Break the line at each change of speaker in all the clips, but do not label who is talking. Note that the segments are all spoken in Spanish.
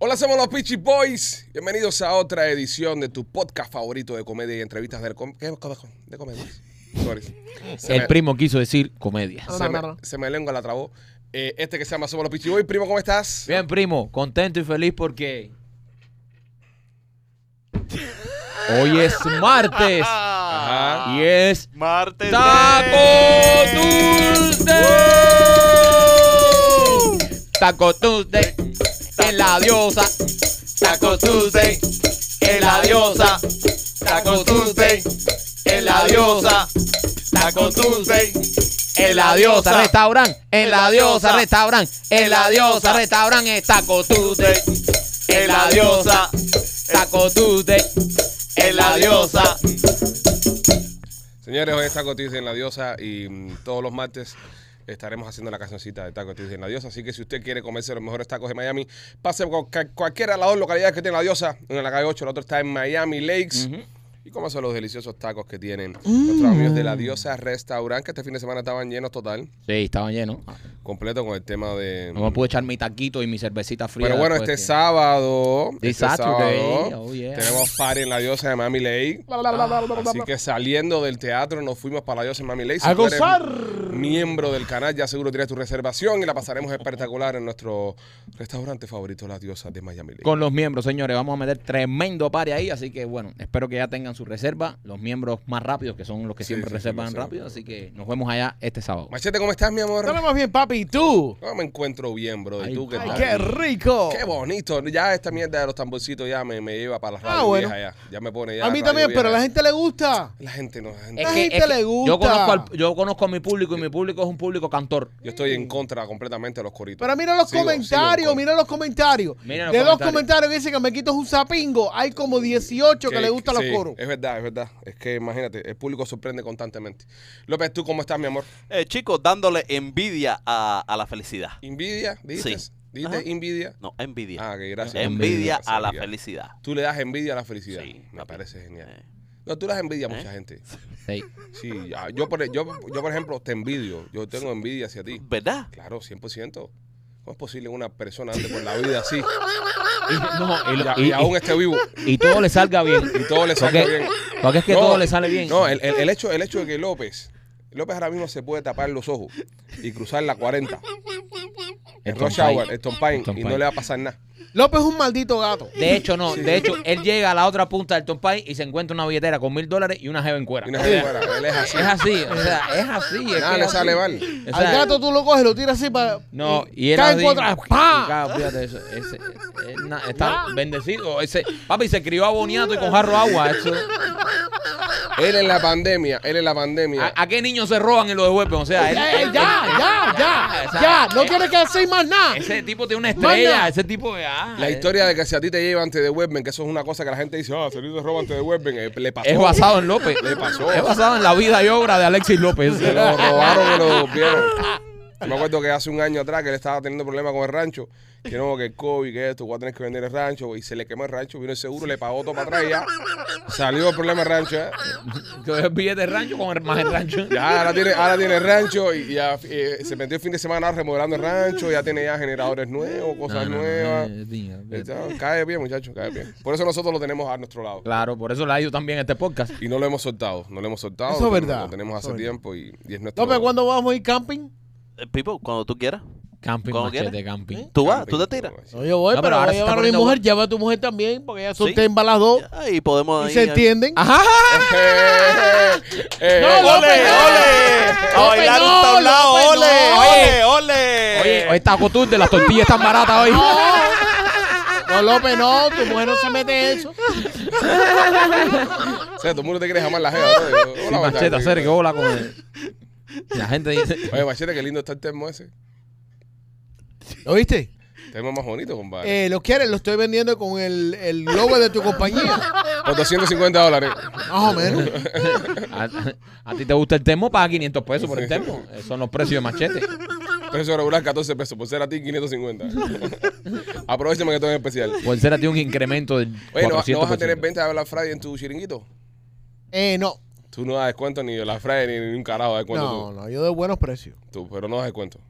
Hola, somos los Peachy Boys. Bienvenidos a otra edición de tu podcast favorito de comedia y entrevistas del com- ¿qué es com- de comedia. Sorry. Se
El
me-
primo quiso decir comedia.
se me, se me lengua la trabó. Eh, este que se llama Somos los Peachy Boys. Primo, ¿cómo estás?
Bien, primo, contento y feliz porque hoy es martes
Ajá.
y es
Martes.
Taco Tuesday. Taco Tuesday en la diosa. Taco Tuesday en la diosa. Taco Tuesday en la diosa. Taco Tuesday en la diosa. Restaurant en la diosa. Restaurant en la diosa. Restaurant es Taco Tuesday en la diosa. Taco Tuesday en la diosa.
Señores, hoy es Taco Tuesday en la Diosa y mm, todos los martes estaremos haciendo la cancioncita de Taco Tuesday en la Diosa. Así que si usted quiere comerse los mejores tacos de Miami, pase por ca- cualquiera de las dos localidades que tiene la Diosa. Una en la calle 8, la otra está en Miami Lakes. Y cómo son los deliciosos tacos que tienen
Mm.
nuestros amigos de la Diosa Restaurant, que este fin de semana estaban llenos total,
Sí, estaban llenos.
completo con el tema de...
Ah, No me pude echar mi taquito y mi cervecita fría.
Pero bueno, este
después pues, que-
sábado,
This
este
Saturday,
sábado,
oh, yeah.
tenemos party en la diosa de Mami Lake. Así que saliendo del teatro nos fuimos para la diosa de Mami Lake. Si
A
tú eres
gozar.
Miembro del canal, ya seguro tienes tu reservación y la pasaremos espectacular en nuestro restaurante favorito, la diosa de Miami Lake.
Con los miembros, señores, vamos a meter tremendo pari ahí. Así que bueno, espero que ya tengan su reserva. Los miembros más rápidos, que son los que
Sí,
siempre
sí, sí,
reservan
los son.
rápido. Así que nos vemos allá este sábado.
Machete, ¿cómo estás, mi amor?
Dale más Ah, bien, papi, ¿y tú?
No me encuentro bien, bro. ¿Y
Ay,
tú qué
¡Ay,
tal?
qué rico!
Qué bonito. Ya esta mierda de los tamborcitos ya me, me lleva para la
Ah,
radio
bueno.
vieja ya. Ya me pone ya.
a mí
radio
también,
vieja
pero a la
ya.
gente Eh. le gusta.
La gente no... la gente-
Es La gente le
Yo
gusta.
conozco, al- yo conozco a mi público y mi público es un público cantor.
Yo estoy en contra completamente de los coritos.
Pero mira los
Sigo, pues.
comentarios,
sigo en
mira los comentarios.
Mira los
de dos
comentarios.
comentarios que dicen que me quito un zapingo, hay como 18 que, le gustan
sí,
los coros.
Es verdad, es verdad. Es que imagínate, el público sorprende constantemente. López, ¿tú cómo estás, mi amor?
Eh, chicos, dándole envidia a, a la felicidad.
¿Invidia? ¿Dijiste?
Sí. Ajá.
¿Dijiste envidia?
No, envidia.
Ah, que gracias.
envidia a la
Sabía.
felicidad.
Tú le das envidia a la felicidad.
Sí,
Me
papi.
parece genial.
Eh,
No, tú le das envidia a mucha gente.
Sí.
Sí, ah, yo por, yo, yo, por ejemplo, te envidio. Yo tengo envidia hacia ti.
¿Verdad?
Claro, 100%. ¿Cómo es posible que una persona ande por la vida así
Y, no, y lo-
y, a-
y-
y aún esté vivo
y- y todo le salga bien.
y todo le salga
Porque-
bien?
Porque es que
No,
todo le sale bien.
No, el, el- el hecho, el hecho de que López, López ahora mismo se puede tapar los ojos y cruzar la 40. El
Tom
rush
Pine.
hour, el Tom Pine,
Tom
y
Pine.
no le va a pasar nada.
López es un maldito gato.
De hecho, no. De hecho, él llega a la otra punta del Tom Pie y se encuentra una billetera con mil dólares y una jeva en cuera.
Y no se muera, él es así.
Es así, o sea, es así. es
Nada
que
le
es
sale
así.
mal.
O
Al
sea,
gato tú lo coges, lo tiras así para.
No, y él
cae
así,
por atrás,
y
¡pa!
cae, fíjate eso, ese- eh, na- está bendecido. Ese, papi se crió aboniato y con jarro de agua. eso.
Él en la pandemia, él en la pandemia.
¿A, a qué niños se roban y lo devuelven? O sea, él-
Eh, eh, ya, ya,
o
ya,
sea,
ya. No
eh,
tienes que decir más nada.
Ese tipo tiene una
Manda.
estrella, ese tipo de... ah,
La
eh,
historia de que si a ti te llevan, te devuelven, que eso es una cosa que la gente dice, ah, se lo roban, te devuelven. eh, Le pasó.
Es basado en López.
Le pasó.
Es basado en la vida y obra de Alexis López.
Se lo robaron y lo devolvieron. Yo me acuerdo que hace un año atrás que él estaba teniendo problemas con el rancho. Que no, que el COVID, que esto, voy a tener que vender el rancho. Y se le quemó el rancho, vino el seguro, le pagó todo para atrás y ya. Salió el problema del rancho. ¿eh?
Que es el billete de rancho con el más el rancho.
Ya, ahora tiene, ahora tiene el rancho y ya eh, se metió el fin de semana remodelando el rancho. Ya tiene ya generadores nuevos, cosas
No, no, no,
nuevas.
eh, niño,
Está- Cae bien, muchachos, cae bien. Por eso nosotros lo tenemos a nuestro lado.
Claro, por eso le ha ido también este podcast.
Y no lo hemos soltado, no lo hemos soltado.
Eso es
lo tenemos-
verdad,
Lo tenemos
eso
hace
es verdad.
tiempo y, y es nuestro.
López, ¿cuándo vamos a ir camping?
Eh, Pipo, cuando tú quieras.
Camping,
¿Cómo
machete,
quieres?
camping.
Tú
Ah,
vas, tú te tiras.
pues.
No, yo voy,
No, pero
pero,
ahora
voy a
se
llevar
está
a mi
poniendo
mujer,
bueno.
lleva a tu mujer también, porque ellas son
Sí.
temba las dos.
Y podemos
Y
ir
se
ahí.
entienden.
¡Ajá!
eh,
No, López,
¡Ole, ole!
no,
¡A bailar
López,
un
no,
tablao!
López,
¡Ole,
no.
ole, ole!
Oye, hoy está Cotur de las tortillas están baratas hoy.
Oh.
No, López, no, tu mujer no se mete eso.
O sea, todo el mundo te quiere jamás la jeva. ¿no? Yo,
Sí,
hola,
machete, oh.
Machete.
hacer que hola con él. La gente dice.
Oye, Machete, qué lindo está el termo ese.
¿Oíste?
Termo más bonito, compadre.
Eh, los quieres, lo estoy vendiendo con el, el logo de tu compañía.
Por 250 dólares.
Más o menos.
A, a ti te gusta el termo, paga 500 pesos por el termo. Esos son los precios de machete.
Precio regular 14 pesos. Por ser a ti 550. Aprovechame que esto es especial.
Por ser a ti un incremento del
Oye, ¿no,
400%.
no vas a tener venta de la Friday en tu chiringuito?
Eh, no.
Tú no das descuento ni de la Friday ni, ni un carajo de descuento.
No, no, yo doy buenos precios.
Tú, tú, pero no das descuento.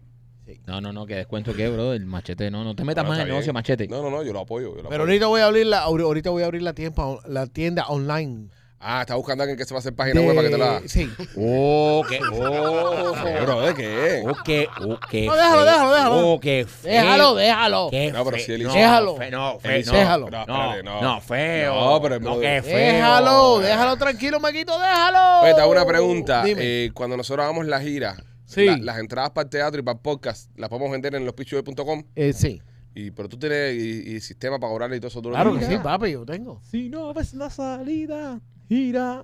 Sí.
No, no, no, que descuento qué, bro. El machete, no, no te metas
Bueno,
más
está
en el negocio
bien.
machete.
No, no, no, yo lo apoyo. yo lo
Pero
apoyo.
ahorita voy a abrir la, ahor- ahorita voy a abrir la tienda, la tienda online.
Ah, está buscando a alguien que se va a hacer página
de-
web para que te la.
Sí.
Oh, qué.
Oh, bro, ¿de qué?
Oh, qué. Oh, qué.
No, déjalo,
feo.
déjalo, déjalo.
Oh, qué feo.
Déjalo, déjalo.
Qué
No, pero
feo.
si él hizo-
Déjalo.
fe- No,
Él
fe-
hizo-
no,
Déjalo.
No,
No,
espérate, no.
no, feo.
No, pero el
no, qué
brother-
feo.
Déjalo, déjalo tranquilo, Maquito, déjalo.
Oye, te hago una pregunta.
Dime.
Eh, cuando nosotros hagamos la gira,
Sí.
la- las entradas para el teatro y para el podcast las podemos vender en lospichube.com.
Eh, sí.
Y, pero tú tienes y, y sistema para cobrarle y todo eso. tú lo
Claro que
tienes.
sí, papi, yo tengo.
Si no ves la salida, gira.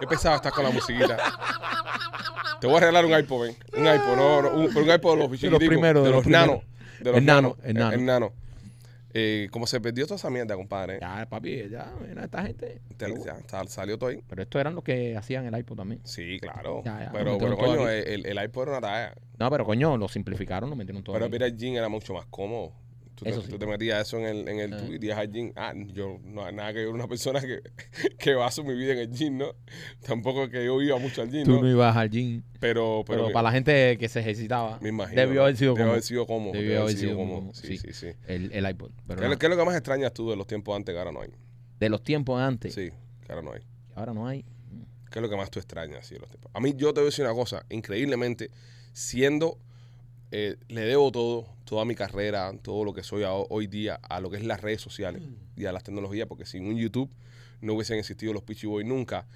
Qué pesado estás con la musiquita. Te voy a regalar un iPod, ven. Un iPod, no, no, un, pero un iPod de
los
los chiquiticos.
primeros,
de,
de
los,
los
nanos. De los
El nano,
nanos.
el nano.
El nano. Eh, como se perdió toda esa mierda, compadre.
Ya, papi, ya, mira, esta gente.
Te- ya, sal- salió todo ahí.
Pero estos eran los que hacían el iPod también.
Sí, claro.
Ya, ya,
pero,
lo
pero
metieron todo
coño,
aquí.
el, el iPod era una talla.
No, pero coño, lo simplificaron, lo metieron todo.
Pero
ahí.
mira, el jean era mucho más cómodo. Tú,
Eso
te,
sí.
tú te metías eso en el, en el
Ah.
tú irías al jean. Ah, yo no hay nada que ver una persona que, que baso mi vida en el jean, ¿no? Tampoco que yo iba mucho al jean,
Tú
¿no?
no ibas al gym.
Pero,
Pero,
pero, que-
para la gente que se ejercitaba,
me imagino.
debió
¿no?
haber sido
Debió
como
haber sido cómodo.
Debió
Debió
haber
haber sido
sido
cómodo.
como-
Sí,
sí.
sí, sí.
el, el iPod. Pero
¿Qué, es
nada,
lo- qué es lo que más extrañas tú de los tiempos antes que ahora no hay?
de los tiempos antes,
Sí, que ahora no hay.
que ahora no hay.
¿Qué es lo que más tú extrañas sí, de los tiempos? A mí, yo te voy a decir una cosa. Increíblemente, siendo... eh, le debo todo, toda mi carrera, todo lo que soy a- hoy día a lo que es las redes sociales y a las tecnologías, porque sin un YouTube no hubiesen existido los Peachy Boys nunca.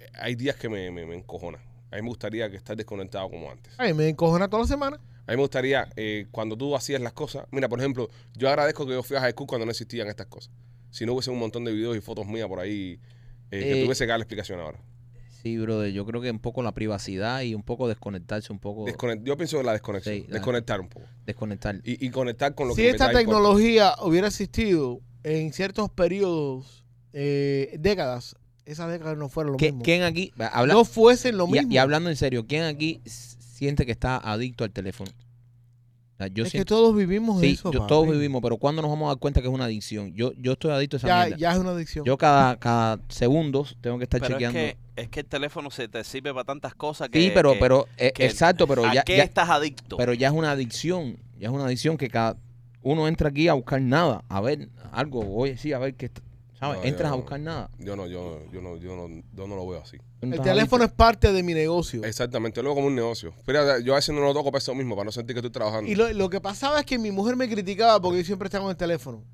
Eh, Hay días que me, me, me encojona. A mí me gustaría que estar desconectado como antes.
Ay, me encojona toda la semana.
A mí me gustaría, eh, cuando tú hacías las cosas, mira, por ejemplo, yo agradezco que yo fui a High School cuando no existían estas cosas. Si no hubiese un montón de videos y fotos mías por ahí, eh, que
Eh,
tuviese que dar la explicación ahora.
Sí, brother, yo creo que un poco la privacidad y un poco desconectarse, un poco
Descone- yo pienso en la desconexión,
oh. Sí, la-
desconectar un poco.
desconectar.
Y, y conectar con lo
Si
que en
esta
verdad importa.
tecnología hubiera existido en ciertos periodos, eh, décadas, esas décadas no fueron lo
¿Qué-
mismo.
¿Quién aquí? va, habla-
no fuesen lo
y,
mismo.
y hablando en serio, ¿quién aquí s- siente que está adicto al teléfono? O sea, yo
es que
siento-
todos vivimos
sí,
eso.
yo-
papi.
todos vivimos, pero ¿cuándo nos vamos a dar cuenta que es una adicción? Yo, yo estoy adicto a esa
Ya,
mierda.
ya es una adicción.
Yo cada, cada segundos tengo que estar
Pero es
chequeando.
que, es que el teléfono se te sirve para tantas cosas que.
sí, pero,
que-
pero, eh,
que-
exacto, pero
¿A
ya,
qué
ya-
estás adicto?
pero ya es una adicción. Ya es una adicción que cada uno entra aquí a buscar nada, a ver algo, oye, sí, a ver qué, está- ¿sabes?
No, yo
Entras a
no.
buscar nada.
Yo no, yo, yo no, yo no, yo no lo veo así.
el teléfono es parte de mi negocio.
Exactamente, yo lo veo como un negocio. Fíjate, yo a veces no lo toco para eso mismo, para no sentir que estoy trabajando.
Y lo, lo que pasaba es que mi mujer me criticaba porque yo siempre estaba con el teléfono.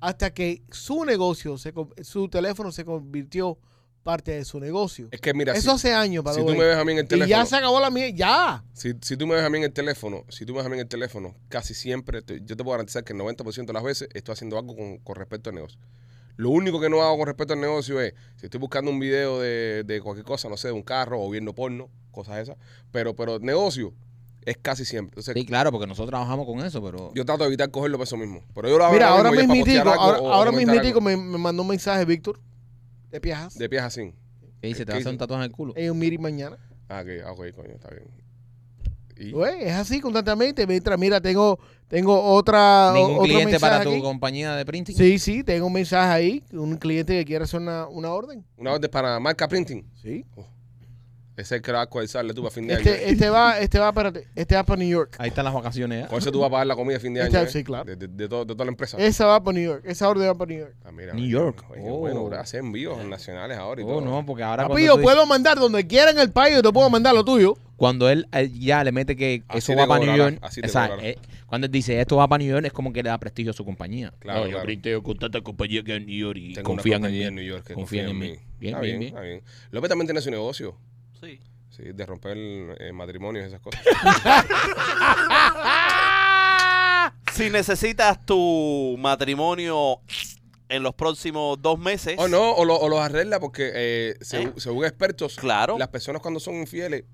Hasta que su negocio, se, con- su teléfono se convirtió parte de su negocio.
es que mira,
Eso
si,
hace años, para
si tú me ves a mí en el
Y
teléfono,
ya se acabó la mía. Ya.
si, si tú me ves a mí en el teléfono, si tú me ves a mí en el teléfono, casi siempre, te- yo te puedo garantizar que el 90% de las veces estoy haciendo algo con, con respecto al negocio. Lo único que no hago con respecto al negocio es, si estoy buscando un video de, de cualquier cosa, no sé, de un carro o viendo porno, cosas esas, pero, pero negocio es casi siempre. Entonces,
Sí, claro, porque nosotros trabajamos con eso, pero
yo trato de evitar cogerlo para eso mismo. Pero yo lo hago
Mira, ahora
mismo, ya para
mismitico,
postear algo
ahora,
o
ahora
comentar
mismitico
algo.
me, me mandó un mensaje Víctor de Piajas.
De pies así.
¿qué dice? ¿Te va a hacer un tatuaje en el culo?
en un miri mañana.
Ah, ok, ah, ok, coño, está bien. Y
Güey, es así constantemente. Mientras, mira, tengo, tengo otra.
¿Ningún
ah, otro
cliente
mensaje
para tu
aquí.
compañía de printing?
Sí, sí, tengo un mensaje ahí. Un cliente que quiere hacer una, una orden.
una orden para marca printing. Oh,
Sí.
Ese es el que lo vas a coercerle tú para fin de año.
Este, este va, este va para, este va para New York.
Ahí están las vacaciones. ¿eh?
Con eso tú vas a pagar la comida de fin de año.
Este-
¿eh?
sí, claro.
De, de- de todo- de toda la empresa.
Esa va para New York. Esa orden va para New York.
Ah, mira,
New
mira,
York.
oye,
Oh.
Bueno, ahora hacen envíos nacionales ahora y
Oh,
todo.
no, porque ahora
Papi,
cuando,
yo
tú
puedo mandar donde quiera en el país. Yo te puedo mandar lo tuyo.
dices- cuando él eh, ya le mete que
Así
eso
te
va para New
cobrará,
York,
así te
o sea,
cobrará.
eh, cuando él dice esto va para New York es como que le da prestigio a su compañía.
Claro,
No, yo
claro.
printeo con tanta compañía que hay en New York y
Tengo una
confían en mí.
compañía New York que
confían en mí. Bien,
está bien,
bien, bien.
está bien. López también tiene su negocio.
Sí.
Sí, de romper eh, matrimonios y esas cosas.
Si necesitas tu matrimonio en los próximos dos meses.
Oh,
o no, o, lo- o los arregla porque eh, segu-
¿Eh?
según expertos,
Claro.
las personas cuando son infieles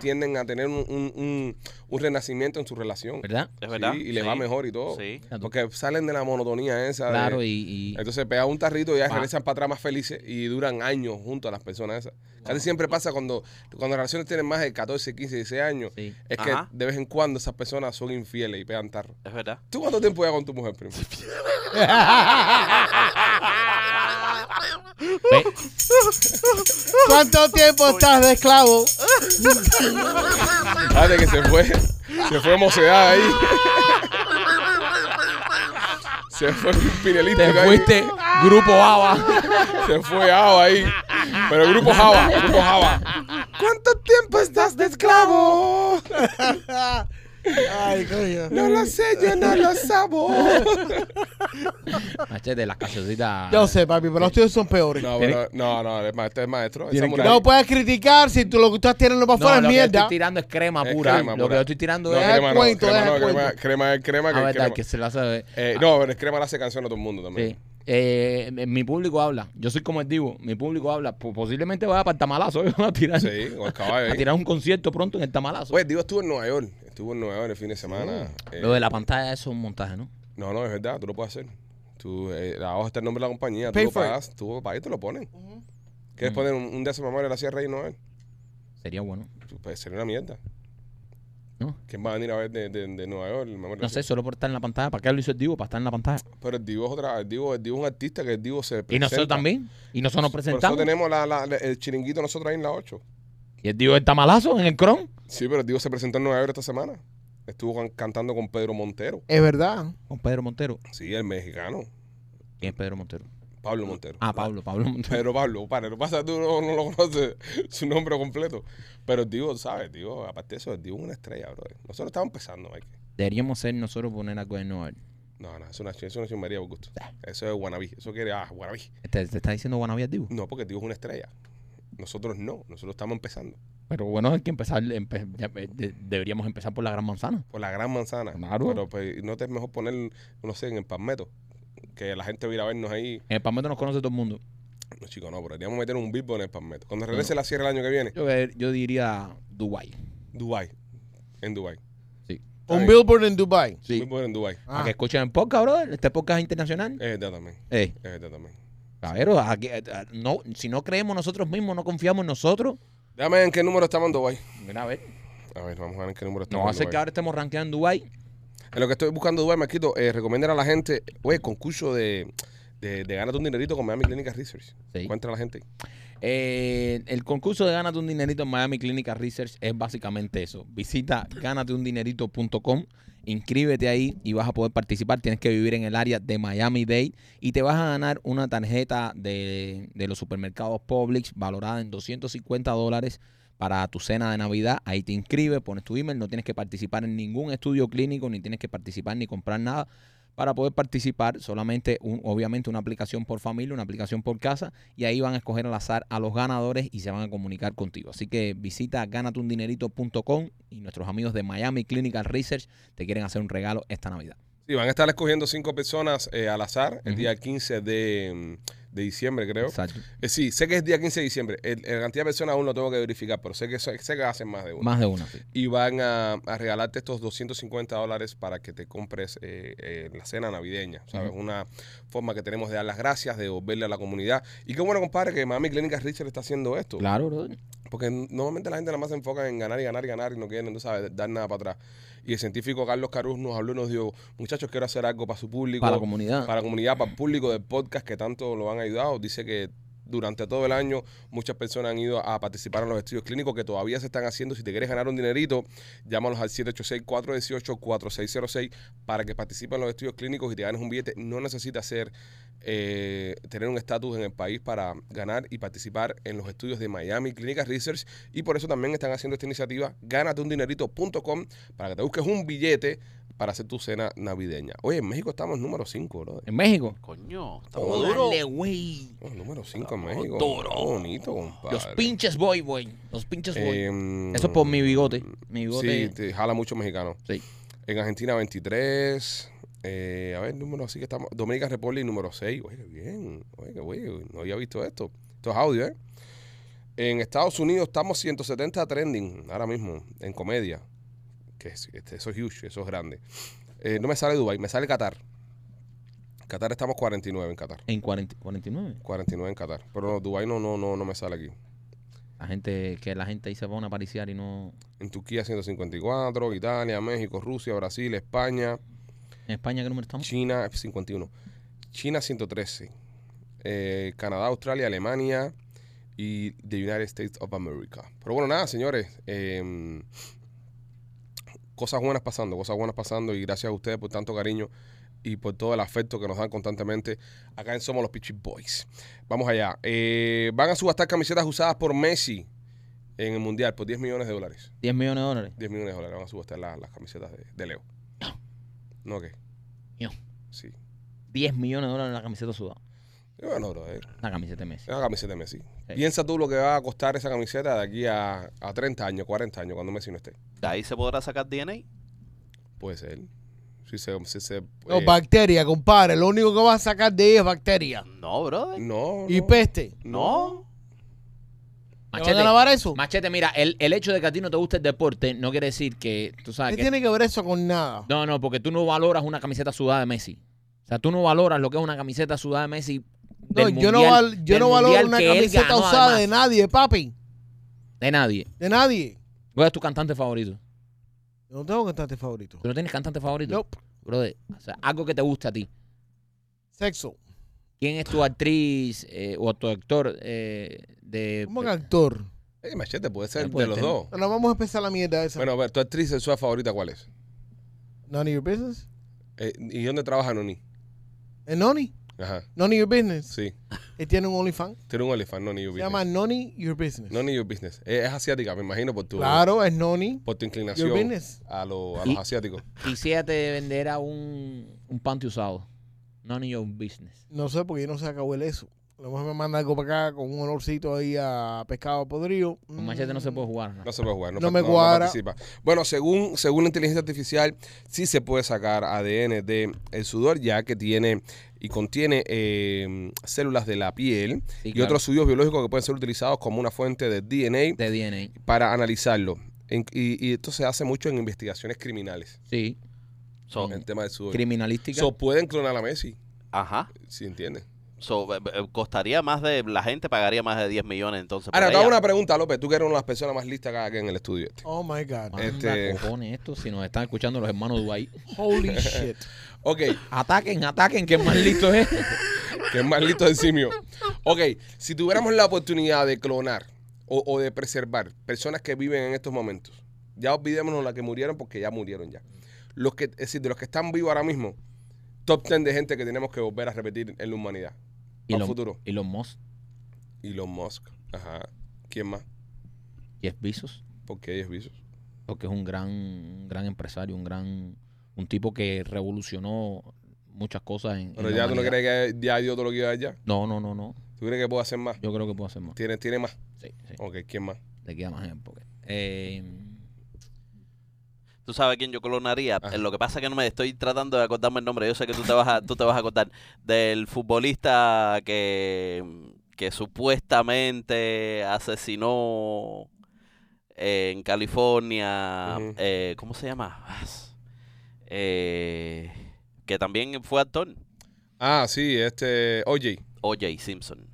tienden a tener un, un- un- un renacimiento en su relación.
¿Verdad?
Es verdad.
Sí, y le va
sí.
mejor y todo.
Sí.
Porque salen de la monotonía esa. de-
Claro, y, y-
Entonces pega un tarrito y ya
Ah.
regresan para atrás más felices y duran años junto a las personas esas. Casi siempre pasa cuando, cuando las relaciones tienen más de 14, 15, 16 años,
sí.
es que
Ajá.
de vez en cuando esas personas son infieles y pegan tarro.
Es verdad.
¿Tú cuánto tiempo llevas con tu mujer, primo?
Ve,
¿Cuánto tiempo estás de esclavo?
Fíjate que se fue. Se fue mocedad ahí. Se fue un pinelito.
Te
que hay.
fuiste grupo
Ah.
ABA.
Se fue Java ahí. Pero el grupo Java, el grupo Java. ¿Cuánto tiempo estás de esclavo?
Ay, coño.
No lo sé, yo no lo sabo.
Machete, las cancioncitas.
Yo sé, papi, pero los tuyos son peores. No,
No, pero, no, no, el maestro es maestro. Es
Tienen que- pues,
samurái.
puedes criticar si tú, lo que estás tirando para
No,
afuera
lo
es
que yo estoy
mierda.
tirando es crema
Es
pura.
crema
Lo que
pura.
yo estoy tirando
No,
es.
Deja el
crema no,
cuento,
crema
deja
no,
el
crema,
cuento.
crema es crema.
Ah,
Que es
verdad,
crema.
que se la hace.
Eh,
ah,
no, pero es crema la hace canción a todo el mundo también.
sí. Eh, mi público habla. Yo soy como el divo. Mi público habla. Po- Posiblemente vaya para el tamalazo. Yo voy a tirar,
Sí, con el caballo
a
ahí.
tirar un concierto pronto en el tamalazo.
Oye, digo, estuvo en Nueva York. Estuvo en Nueva York el fin de semana. Eh,
Lo de la pantalla eso es un montaje, ¿no?
No, no, es verdad, tú lo puedes hacer. Tú, eh, la hoja está el nombre de la compañía,
Pay
tú lo
for it.
pagas, tú pagas y te lo ponen.
Mm.
¿Quieres poner un, un décimo amor en la Sierra y Noel?
Sería bueno.
Pues sería una mierda.
¿No?
¿Quién va a venir a ver de, de, de Nueva York? el Memorial
No sé,
Sierra?
solo por estar en la pantalla. ¿Para qué lo hizo el divo? Para estar en la pantalla.
Pero el Divo es otra, el Divo, el Divo es un artista que el Divo se presenta.
Y nosotros también. Y nosotros nos
Por eso
presentamos.
tenemos la, la- la- el chiringuito nosotros ahí en la 8.
Y el divo del tamalazo en el cron.
Sí, pero el Divo se presentó en Nueva York esta semana. Estuvo can- cantando con Pedro Montero.
Es verdad.
Con Pedro Montero.
Sí, el mexicano.
¿Quién es Pedro Montero?
Pablo Montero.
Ah, Pablo, Pablo Montero.
Pedro Pablo, para, lo que pasa es que tú no, no lo conoces su nombre completo. Pero el Divo, ¿sabes? Divo, aparte de eso, el Divo es una estrella, bro. Nosotros estamos empezando, Mike.
Deberíamos ser nosotros poner algo de Noel.
No, no, eso no es una, es una chumería por gusto.
Ah.
Eso es wannabe. Eso quiere, ah, wannabe.
Este, ¿Te está diciendo Guanabí al divo?
No, porque el Divo es una estrella. Nosotros no, nosotros estamos empezando.
Pero bueno, hay que empezar. empe- ya, eh, de- deberíamos empezar por la gran manzana.
Por la gran manzana.
Claro.
Pero pues, no te es mejor poner, no sé, en el palmeto. Que la gente va a ir a vernos ahí.
En el Palmetto nos conoce todo el mundo.
No, chicos, no, pero deberíamos meter un beatbox en el palmeto. Cuando regrese la sierra el año que viene,
Yo, eh, yo diría Dubai.
Dubai. En Dubai.
Sí.
Un billboard en Dubai.
Sí.
Beatbox en Dubai.
Para Ah, que escuchen el podcast, brother. Este podcast es internacional.
Es verdad también.
Eh,
Es verdad también.
cabrero, aquí, eh, eh, no, si no creemos nosotros mismos, no confiamos en nosotros.
Déjame ver en qué número estamos en Dubai.
Mira, a ver.
A ver, vamos a ver en qué número
No
estamos.
va a
en
ser que
Dubái.
ahora estemos rankeados en Dubai.
En lo que estoy buscando Dubai, Marquito, eh, recomienden a la gente, oye, concurso de, de, de gánate un dinerito con Miami Clinic Research.
Sí.
Encuentra a la gente.
Eh, el concurso de Gánate un Dinerito en Miami Clinical Research es básicamente eso. Visita ganateundinerito.com, inscríbete ahí y vas a poder participar. Tienes que vivir en el área de Miami-Dade y te vas a ganar una tarjeta de, de los supermercados Publix valorada en 250 dólares para tu cena de Navidad. Ahí te inscribes, pones tu email, no tienes que participar en ningún estudio clínico, ni tienes que participar ni comprar nada. Para poder participar, solamente, un- obviamente, una aplicación por familia, una aplicación por casa, y ahí van a escoger al azar a los ganadores y se van a comunicar contigo. Así que visita ganatundinerito.com y nuestros amigos de Miami Clinical Research te quieren hacer un regalo esta Navidad.
Sí, van a estar escogiendo cinco personas eh, al azar el
Ujú.
día 15 de, mm, de diciembre, creo.
Exacto.
Eh, sí, sé que es día 15 de diciembre. El- la cantidad de personas aún lo tengo que verificar, pero sé que, so- sé que hacen más de uno.
Más de una.
Y van a, a regalarte estos 250 dólares para que te compres eh, eh, la cena navideña. ¿Sabes?
Ujú.
Una forma que tenemos de dar las gracias, de devolverle a la comunidad. Y qué bueno, compadre, que Miami Clínicas Richard está haciendo esto.
Claro, brother.
Porque normalmente la gente nada más se enfoca en ganar y ganar y ganar y no quieren, tú sabes, dar nada para atrás. Y el científico Carlos Caruz nos habló y nos dijo, muchachos, quiero hacer algo para su público,
Para la comunidad.
para la comunidad, para el público del podcast que tanto lo han ayudado. Dice que durante todo el año muchas personas han ido a participar en los estudios clínicos que todavía se están haciendo. Si te quieres ganar un dinerito, llámalos al 786-418-4606 para que participen en los estudios clínicos y te ganes un billete. No necesitas ser, eh, tener un estatus en el país para ganar y participar en los estudios de Miami Clinical Research y por eso también están haciendo esta iniciativa ganateundinerito.com para que te busques un billete para hacer tu cena navideña. Oye, en México estamos número 5, brother.
En México.
Coño, estamos duros.
Dale, güey.
Oh, número 5 en
Oh,
México.
duro.
Oh, bonito, compadre.
Los pinches boy, güey. Los pinches boy.
Em,
Eso es por mi bigote. Mi bigote.
Sí, te jala mucho mexicano.
Sí.
En Argentina 23. eh, a ver, número así que estamos. Dominica Republic número 6. Oye, qué bien. Oye, qué güey. No había visto esto. Esto es audio, ¿eh? En Estados Unidos estamos 170 trending ahora mismo en comedia. Que es- este, eso es huge, eso es grande. Eh, no me sale Dubai, me sale Qatar. Qatar estamos 49 en Qatar.
En 40 49.
49 en Qatar. Pero no, Dubai no, no, no, no me sale aquí.
La gente, que la gente ahí se van a apariciar y no.
En Turquía 154, Italia, México, Rusia, Brasil, España,
En España, ¿qué número estamos?
China 51. China 113. eh, Canadá, Australia, Alemania y the United States of America. Pero bueno, nada, señores. eh, cosas buenas pasando, cosas buenas pasando y gracias a ustedes por tanto cariño y por todo el afecto que nos dan constantemente acá en Somos los Pitchy Boys. Vamos allá. Eh, van a subastar camisetas usadas por Messi en el Mundial por 10 millones de dólares.
10 millones de dólares.
10 millones de dólares van a subastar la- las camisetas de, de Leo. No. ¿No qué?
No.
Sí.
10 millones de dólares la camiseta sudada.
Y Bueno, bro, eh,
La camiseta de Messi.
es la camiseta de Messi. Piensa tú lo que va a costar esa camiseta de aquí a, a 30 años, 40 años, cuando Messi no esté.
De ahí se podrá sacar DNA.
Puede ser. Si se, si se,
No,
eh,
bacteria, compadre. Lo único que vas a sacar de ahí es bacteria.
No, brother.
no,
Y
no.
peste.
No.
¿Me van a lavar eso?
Machete, mira, el, el hecho de que a ti no te guste el deporte no quiere decir que tú sabes
¿Qué
que.
tiene que ver eso con nada?
No, no, porque tú no valoras una camiseta sudada de Messi. O sea, tú no valoras lo que es una camiseta sudada de Messi.
No,
del
yo no,
mundial-
val- yo
del
no valoro
mundial
una
que él
camiseta
ganó,
usada de
además.
nadie, papi.
De nadie.
De nadie.
¿Cuál es tu cantante favorito?
Yo no tengo cantante favorito.
¿Tú no tienes cantante favorito?
Nope.
Brother, o sea, algo que te guste a ti.
Sexo.
¿Quién es tu actriz eh, o tu actor eh, de...
Como un actor.
Eh, machete, puede ser
No puede
de los
tener.
dos.
No, vamos a empezar la mierda esa.
Bueno, a ver, tu actriz sexual favorita, ¿cuál es?
None of your business.
Eh, ¿Y dónde trabaja Noni?
¿Es Noni?
Ajá,
None of your business.
sí.
Él tiene un OnlyFans.
Tiene un elefante, Noni Your
Se
Business.
llama Noni Your Business.
Noni Your Business. Eh, es asiática, me imagino, por tu,
Claro, es Noni.
por tu inclinación
Your Business.
a, lo- a
Y-
los asiáticos.
Quisiera te vender a un, un panty usado. None of your business.
No sé porque yo no sé acabó el eso. A lo mejor me manda algo para acá con un olorcito ahí a pescado podrido.
Con machete no se puede jugar. ¿no?
No se puede jugar.
No
pa-
me cuadra.
participa. Bueno, según, según la inteligencia artificial, sí se puede sacar ADN de el sudor, ya que tiene y contiene eh, células de la piel
Sí,
y
claro.
otros estudios biológicos que pueden ser utilizados como una fuente de DNA
De DNA.
para analizarlo. En- y, y esto se hace mucho en investigaciones criminales,
Sí.
So,
en el tema del sudor.
Criminalística.
So, pueden clonar a Messi,
ajá.
si entienden.
So, eh, eh, costaría más de. La gente pagaría más de 10 millones entonces. por
Ahora, te hago
ella.
una pregunta, López. Tú que eres una de las personas más listas acá en el estudio. este.
Oh my God.
Manda
este-
cojones esto si nos están escuchando los hermanos Duay.
Holy shit.
Ok,
Ataquen, ataquen, que el más listo es. este.
que es más listo el simio. Ok, si tuviéramos la oportunidad de clonar o, o de preservar personas que viven en estos momentos, ya olvidémonos las que murieron porque ya murieron ya. Los que, es decir, de los que están vivos ahora mismo, top 10 de gente que tenemos que volver a repetir en la humanidad.
Y
Al
los
futuro.
Y los Moss.
Elon Musk, ajá. ¿Quién más?
Jeff Bezos.
Porque ellos visos.
porque es un gran, un gran empresario, un gran, un tipo que revolucionó muchas cosas en. en
Pero
la
ya tú no
humanidad.
crees que ya dio todo lo que iba a dar ya.
No, no, no, no.
¿Tú crees que puedo hacer más?
Yo creo que puedo hacer más.
¿Tiene, tiene más?
Sí, sí.
Ok, ¿quién más?
Te queda más en el pocket. Eh,
¿Tú sabes quién yo clonaría? Eh,
Ajá.
Lo que pasa es que no me estoy tratando de acordarme el nombre. Yo sé que tú te vas a, tú te vas a acordar del futbolista que, que supuestamente asesinó eh, en California.
Ujú.
eh, ¿Cómo se llama? Ah, eh, que también fue actor.
Ah, sí, este. Oye.
O.J. Simpson.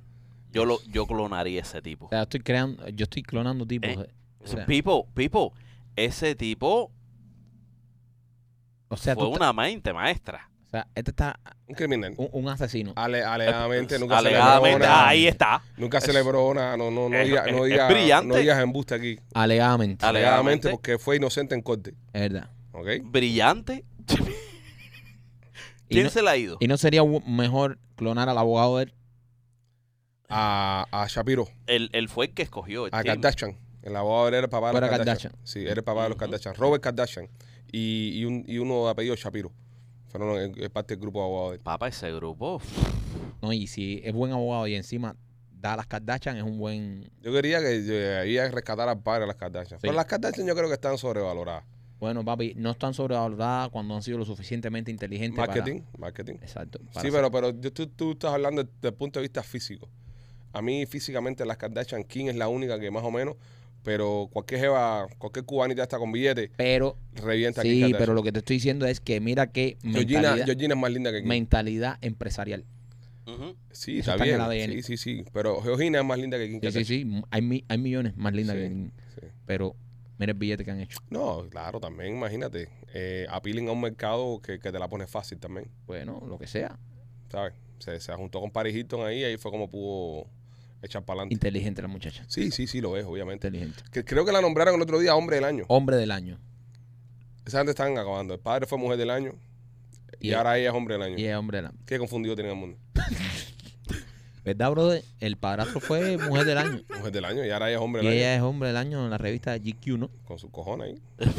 Yo, lo, yo clonaría ese tipo.
o sea, estoy creando, yo estoy clonando tipos.
Eh,
eh. O sea,
Pipo, Pipo, ese tipo
o sea, tú
fue
estás-
una mente maestra.
o sea, este está
Un criminal.
un, un asesino.
Ale- alegadamente, nunca
Alegadamente,
celebró nada.
ahí está.
Nunca
Es-
celebró nada. No, no, no,
es-
diga- no,
es-
diga-
es brillante.
no digas embuste aquí.
Alegadamente.
Ale- Alegadamente.
Alegadamente, porque fue inocente en corte.
es verdad.
¿Ok?
brillante.
Y
¿Quién
no,
se la ha ido?
y no sería bu- mejor clonar al abogado de él.
A, a Shapiro,
Él, él fue el que escogió. el
a
team.
Kardashian. El abogado era el papá de los
Fuera
Kardashian. Sí, era el papá de los
Ujú.
Kardashian. Robert Kardashian. Y, y, un, y uno de apellido Shapiro. Fueron eh, parte del grupo de abogados de él.
Papá, ese grupo. uf,
No, y si es buen abogado y encima da a las Kardashian, es un buen.
Yo quería que eh, había que rescatar al padre de las Kardashian.
Sí.
Pero las Kardashian yo creo que están sobrevaloradas.
Bueno, papi, no están sobrevaloradas cuando han sido lo suficientemente inteligentes para-
Marketing, marketing.
Exacto. para
Sí,
hacer-
pero, pero yo- tú, tú estás hablando desde el punto de vista físico. A mí físicamente las Kardashian King es la única que más o menos, pero cualquier jeva, cualquier cubanita está con billete,
Pero,
revienta aquí.
sí, pero lo que te estoy diciendo es que mira qué
Georgina,
mentalidad,
Georgina es más linda que King.
mentalidad empresarial.
ujú.
Sí,
Eso
está
está en
bien.
el ADN.
Sí, sí, sí. Pero Georgina es más linda que Kim
Sí, sí,
Kardashian.
sí. Hay, mi- hay millones más lindas
Sí.
que
Sí.
Pero mira el billete que han hecho.
No, claro, también, imagínate. Eh, apilen a un mercado que, que te la pone fácil también.
Bueno, lo que sea.
¿sabes? Se, se juntó con Paris Hilton ahí y ahí fue como pudo echar para adelante.
Inteligente la muchacha.
Sí, sí, sí, lo es, obviamente.
Inteligente.
Que, creo que la nombraron el otro día hombre del año.
Hombre del año.
Esa gente están acabando. El padre fue mujer del año y,
Y-
ahora ella es hombre del año.
Y es hombre del año.
Qué confundido tienen el mundo.
¿Verdad, brother? El padrastro fue mujer del año.
Mujer del año y ahora ella es hombre
Y
del año.
ella es hombre del año en la revista GQ, ¿no?
Con sus cojones ahí.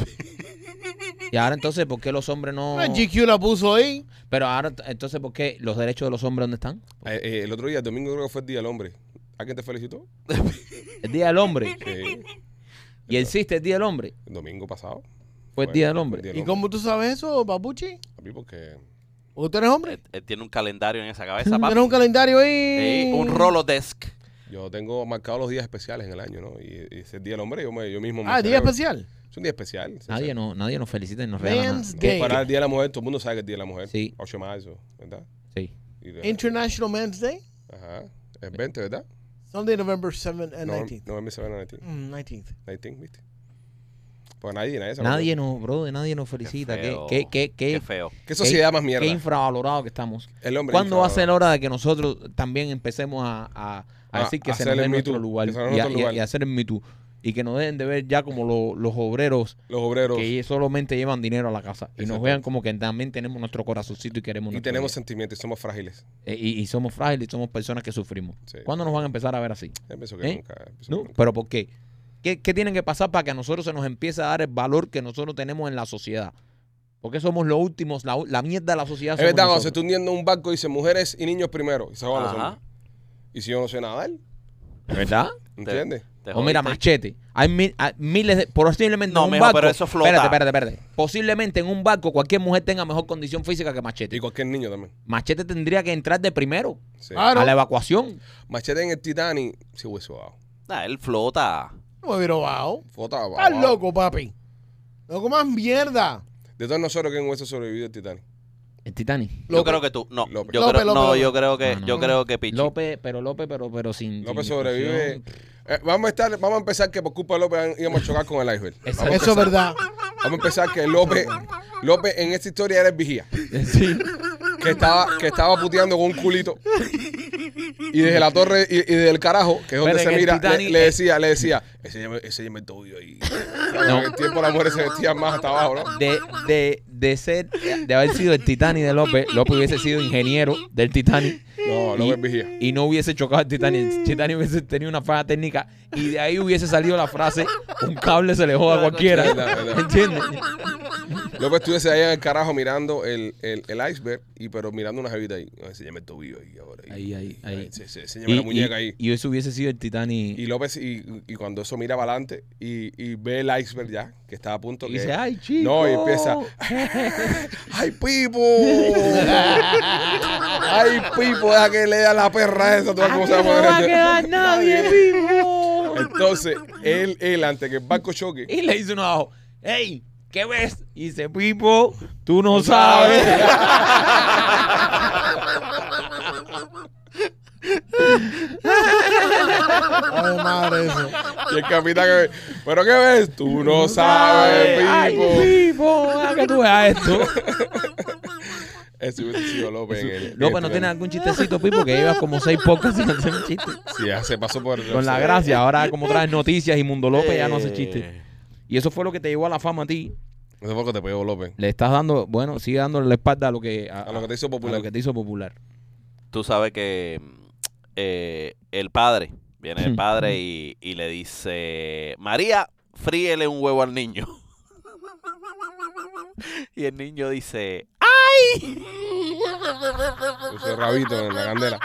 Y ahora entonces, ¿por qué los hombres no...?
Ah, GQ la puso ahí.
Pero ahora, entonces, ¿por qué los derechos de los hombres dónde están?
Eh, eh, el otro día, el domingo creo que fue el día del hombre. ¿Alguien te felicitó?
El Día del Hombre.
Sí,
Y existe el Día del Hombre.
el domingo pasado.
Fue el Día del Hombre.
fue el
¿Y
día del
cómo tú sabes eso, papuchi?
hombre. A mí porque
¿O tú eres hombre?
Él, él tiene un calendario en esa cabeza, papi.
¿Tienes un calendario ahí?
Sí, un Rolodesk.
yo tengo marcados los días especiales en el año, ¿no? Y, y ese día del hombre yo, me, yo mismo me
Ah, día
celebro.
especial.
Es un día especial. se
Nadie,
celebra.
no, nadie nos felicita y nos regala nada.
Man's
No,
Day.
Para el Día de la Mujer, todo el mundo sabe que es el Día de la Mujer.
Sí.
8 de marzo, ¿verdad?
Sí.
Y la-
International Man's Day.
Ajá. Es 20, ¿verdad?
Sunday, November 7th and
No,
19th.
November 7, 19.
Mm, 19th.
19, ¿viste? Pues nadie, nadie sabe.
Nadie nos, brother, nadie nos felicita. Qué,
feo.
qué, qué, qué,
Qué feo.
¿Qué sociedad más
qué
mierda?
infravalorado que estamos.
el hombre.
¿Cuándo va a
infravalorado.
ser hora de que nosotros también empecemos a, a- a
A-
decir que
Ah, a
se
hacer el
nos dé
Me
nuestro
Too,
lugar
que se nos dé
y, a-
nuestro
y a-
lugar.
y hacer el Me Too? Y que nos dejen de ver ya como lo- los obreros
Los obreros.
que solamente llevan dinero a la casa y nos
Exacto.
vean como que también tenemos nuestro corazoncito y
Y
queremos nuestro
tenemos
dinero.
sentimientos y somos frágiles.
Eh, y, y somos frágiles y somos personas que sufrimos.
Sí.
¿Cuándo nos van a empezar a ver así?
Yo pienso que
¿Eh?
nunca. pienso
¿No?
que nunca.
¿Pero por qué? qué? qué tienen que pasar para que a nosotros se nos empiece a dar el valor que nosotros tenemos en la sociedad? Porque somos los últimos, la, la mierda de la sociedad.
Es
somos
verdad, cuando se está
nosotros.
hundiendo un barco, dice mujeres y niños primero. Y se van los
Ajá.
hombres. Y si yo no sé nadar,
¿Verdad?
¿entiendes?
Te
O Oh, mira,
jodiste.
machete. Hay mil- hay miles de. Posiblemente
No,
en un
mijo,
barco.
pero eso flota.
Espérate, espérate, espérate. Posiblemente en un barco cualquier mujer tenga mejor condición física que
Y
Machete.
cualquier niño también.
Machete tendría que entrar de primero
Sí.
Claro.
a la evacuación.
Machete en el Titanic, sí, hueso abajo.
Ah, él flota.
No me viro bajo.
Fota abajo.
Estás loco, papi. No comas mierda.
De todos nosotros, ¿quién hueso sobrevivió el Titanic?
El Titanic.
Yo
López.
creo que tú. No,
López.
yo
López, López,
creo, no,
López.
yo creo que,
No, no.
yo creo que Pichi.
López, pero López, pero, pero sin.
López
sin
sobrevive.
expresión.
Eh, vamos, a estar, vamos a empezar que por culpa de López íbamos a chocar con el iceberg.
Exacto.
Vamos a
Eso es
empezar-
verdad.
Vamos a empezar que López, López en esta historia era el vigía.
Sí.
Que estaba, que estaba puteando con un culito. Y desde la torre y, y desde el carajo, que es donde
Pero en
se
el
mira,
Titanic-
le, le decía, le decía, ese ya me, ese ya me tuyo ahí. En el tiempo las mujeres se vestían más hasta abajo, ¿no?
de, de, de ser de haber sido el Titanic de López, López hubiese sido ingeniero del Titanic
No,
y,
López vigía.
y no hubiese chocado el Titanic. El Titanic hubiese tenido una falla técnica y de ahí hubiese salido la frase un cable se le joda a cualquiera.
Verdad, verdad.
¿Entiendes?
López estuviese ahí en el carajo mirando el, el, el iceberg, y pero mirando una jevita ahí. Ese ya me tuyo ahí ahora.
Ahí, ahí, ahí.
Se, se, se lleva
Y,
la muñeca ahí.
y, y eso hubiese sido el Titanic.
Y
Y,
López, y, y cuando eso mira para adelante y, y ve el iceberg ya, que estaba a punto que.
dice, ay, chico.
No, y empieza. ¡Ay, Pipo! ¡Ay, Pipo! Deja que le dé a la perra esa. Tú ves cómo se va a
Ah, no va a
poner.
quedar nadie vivo.
Entonces, él, él, antes que el barco choque.
Y le dice uno abajo, hey, ¿qué ves? Y dice, Pipo, tú no sabes.
Ay, madre, eso.
Y el capitán que. ¿Pero qué ves? Tú no sabes, Pipo.
Ay, Pipo, deja que tú veas esto.
Ese hubiese sido López. en el- este en
López,
el
¿no
tren.
tienes algún chistecito, Pipo? Que llevas como seis podcasts sin hacer un chiste.
Sí, ya se pasó por.
Con la gracia, ahora como traes noticias y Mundo López ya no hace
Eh,
chiste. Y eso fue lo que te llevó a la fama a ti.
No sé por qué te pegó López.
Le estás dando, bueno, sigue dándole la espalda a lo que, a,
A lo que te hizo
a lo
popular.
que te hizo popular.
Tú sabes que mm, eh, el padre, viene el padre y, y le dice: María, fríele un huevo al niño. Y el niño dice:
Puso el rabito en la candela.